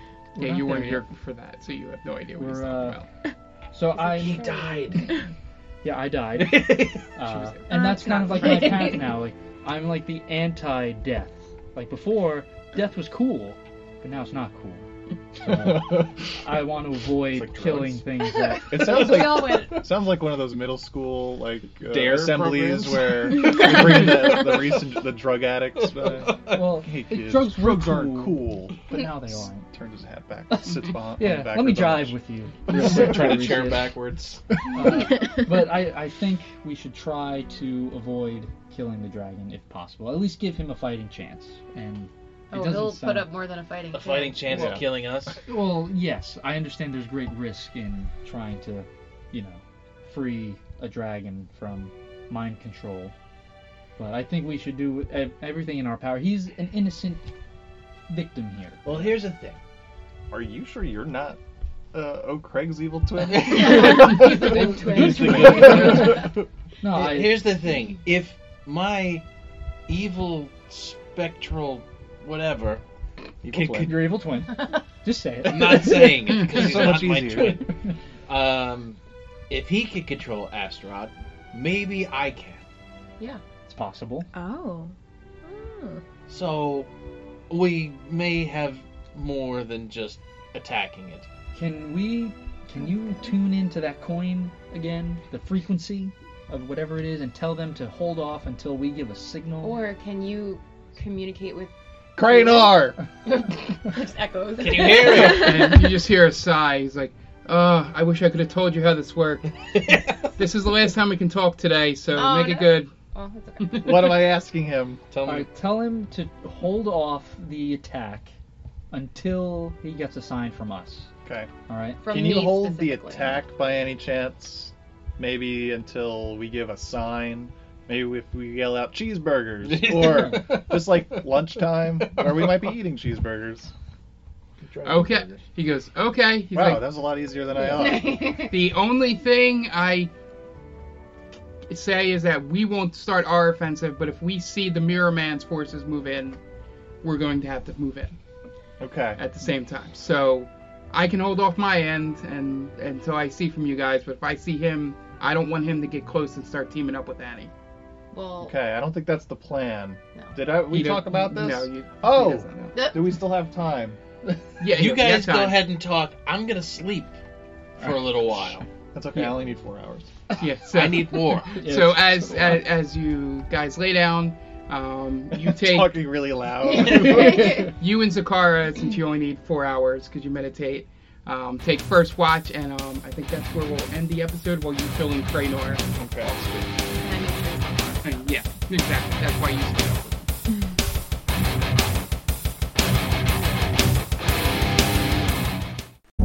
[SPEAKER 1] (laughs)
[SPEAKER 3] We're
[SPEAKER 1] Yeah,
[SPEAKER 3] not
[SPEAKER 1] you weren't
[SPEAKER 3] there
[SPEAKER 1] here for that, so you have no idea what he's
[SPEAKER 3] We're,
[SPEAKER 1] talking
[SPEAKER 3] uh,
[SPEAKER 1] about.
[SPEAKER 3] yet. So
[SPEAKER 2] He (laughs)
[SPEAKER 3] I,
[SPEAKER 4] (laughs)
[SPEAKER 2] died. (laughs)
[SPEAKER 3] yeah, I died. Uh,
[SPEAKER 1] Tuesday.
[SPEAKER 3] and that's kind of like my
[SPEAKER 6] Okay.
[SPEAKER 3] path now. Like I'm like the anti-death. Like before, death was cool, but now it's not cool. So I want to avoid
[SPEAKER 4] like drugs.
[SPEAKER 3] killing things that
[SPEAKER 4] It sounds
[SPEAKER 5] We all
[SPEAKER 4] like
[SPEAKER 5] went.
[SPEAKER 4] (laughs) sounds like one of those middle school like uh,
[SPEAKER 2] Dare
[SPEAKER 4] assemblies
[SPEAKER 2] programs.
[SPEAKER 5] (laughs)
[SPEAKER 4] where you bring the, the recent the drug addicts. uh,
[SPEAKER 3] well,
[SPEAKER 4] hey
[SPEAKER 3] it-
[SPEAKER 4] kids,
[SPEAKER 3] drugs, were
[SPEAKER 4] drugs aren't cool.
[SPEAKER 3] but now they aren't.
[SPEAKER 4] Turns his hat
[SPEAKER 3] (laughs)
[SPEAKER 4] back, sits behind. on
[SPEAKER 3] Yeah,
[SPEAKER 4] the back
[SPEAKER 3] let me
[SPEAKER 4] of the
[SPEAKER 3] drive
[SPEAKER 4] bench.
[SPEAKER 3] with
[SPEAKER 4] (laughs)
[SPEAKER 3] you.
[SPEAKER 2] Trying to chair
[SPEAKER 3] Resist.
[SPEAKER 2] backwards.
[SPEAKER 3] Uh, but I, I think we should try to avoid killing the dragon if possible. At least give him a fighting chance. And
[SPEAKER 5] Oh,
[SPEAKER 3] it doesn't
[SPEAKER 5] he'll
[SPEAKER 3] sound-
[SPEAKER 5] put up more than a fighting.
[SPEAKER 2] A fighting chance
[SPEAKER 4] Yeah.
[SPEAKER 2] of killing
[SPEAKER 4] (laughs)
[SPEAKER 2] us.
[SPEAKER 3] Well, yes, I understand there's great risk in trying to, you know, free a dragon from mind control. But I think we should do ev- everything in our power. He's an innocent victim here.
[SPEAKER 2] Well, here's the thing.
[SPEAKER 4] (laughs) Are you sure you're not uh, oh Craig's evil twin?
[SPEAKER 5] He's
[SPEAKER 4] the good.
[SPEAKER 3] No,
[SPEAKER 2] Here-
[SPEAKER 3] I,
[SPEAKER 2] Here's the thing. If my evil spectral whatever,
[SPEAKER 4] Evil
[SPEAKER 2] Can-
[SPEAKER 4] twin.
[SPEAKER 2] can
[SPEAKER 3] you're evil twin. Just say it.
[SPEAKER 2] I'm not saying it because
[SPEAKER 4] (laughs)
[SPEAKER 3] (laughs)
[SPEAKER 2] he's
[SPEAKER 4] It's so
[SPEAKER 2] not
[SPEAKER 4] much
[SPEAKER 2] my
[SPEAKER 4] easier.
[SPEAKER 2] twin. Um, if he could control Astaroth, maybe I can.
[SPEAKER 3] It's possible.
[SPEAKER 6] (laughs) Oh.
[SPEAKER 2] So we may have more than just attacking it.
[SPEAKER 3] Can we? Can you tune into that coin again, the frequency of whatever it is, and tell them to hold off until we give a signal?
[SPEAKER 5] (laughs)
[SPEAKER 3] (laughs)
[SPEAKER 5] Or can you communicate with (laughs)
[SPEAKER 4] Cranar!
[SPEAKER 5] just echoes?
[SPEAKER 2] Can you hear
[SPEAKER 1] and
[SPEAKER 5] (laughs)
[SPEAKER 1] you just hear a sigh. He's like, "Oh, I wish I could have told you how this worked.
[SPEAKER 2] it? (laughs)
[SPEAKER 1] This is the last time we can talk today, so
[SPEAKER 5] Oh,
[SPEAKER 1] make
[SPEAKER 5] no.
[SPEAKER 1] it good."
[SPEAKER 5] Oh, that's okay.
[SPEAKER 4] What am I asking him?
[SPEAKER 2] Tell
[SPEAKER 3] All
[SPEAKER 2] me.
[SPEAKER 3] right, tell him to hold off the attack until he gets a sign from us.
[SPEAKER 4] Okay.
[SPEAKER 3] All right.
[SPEAKER 5] From
[SPEAKER 4] Can you
[SPEAKER 5] me
[SPEAKER 4] hold the
[SPEAKER 5] specifically. (laughs)
[SPEAKER 4] attack by any chance? Maybe until we give a sign. Maybe if we yell
[SPEAKER 2] (laughs)
[SPEAKER 4] out cheeseburgers, or just like lunchtime, where we might be eating cheeseburgers.
[SPEAKER 1] (laughs) Okay. He goes, "Okay." He's
[SPEAKER 4] wow,
[SPEAKER 1] like,
[SPEAKER 4] that was a lot easier than I
[SPEAKER 1] (laughs)
[SPEAKER 4] thought.
[SPEAKER 1] The only thing I say is that we won't start our offensive, but if we see the Mirror Man's forces move in, we're going to have to move in
[SPEAKER 4] Okay.
[SPEAKER 1] at the same time. So I can hold off my end and until I see from you guys, but if I see him, I don't want him to get close and start teaming up with Annie.
[SPEAKER 5] well,
[SPEAKER 4] Okay. I don't think that's the plan.
[SPEAKER 5] No.
[SPEAKER 4] Did I, we
[SPEAKER 1] You don't-
[SPEAKER 4] talk about this?
[SPEAKER 1] No, you, he
[SPEAKER 4] Oh.
[SPEAKER 1] doesn't know.
[SPEAKER 4] Do we still have time?
[SPEAKER 1] Yeah,
[SPEAKER 2] You guys
[SPEAKER 1] yeah,
[SPEAKER 2] go
[SPEAKER 1] time.
[SPEAKER 2] ahead and talk. I'm gonna sleep for a little while.
[SPEAKER 4] That's okay.
[SPEAKER 1] Yeah.
[SPEAKER 4] I only need four hours.
[SPEAKER 1] Yeah, so,
[SPEAKER 2] I
[SPEAKER 1] (laughs)
[SPEAKER 2] need more.
[SPEAKER 1] so
[SPEAKER 3] Yes.
[SPEAKER 1] as, as as you guys lay down, um,
[SPEAKER 4] (laughs)
[SPEAKER 1] you take
[SPEAKER 4] talking really
[SPEAKER 1] (laughs)
[SPEAKER 5] (laughs)
[SPEAKER 4] loud. (laughs)
[SPEAKER 1] you and Zakara, since you only need four hours because you meditate, um, take first watch, and um, I think that's where we'll end the episode while you're filling Cranor.
[SPEAKER 2] Okay.
[SPEAKER 5] Can I make sure-
[SPEAKER 1] And yeah, exactly. That's why you stay up.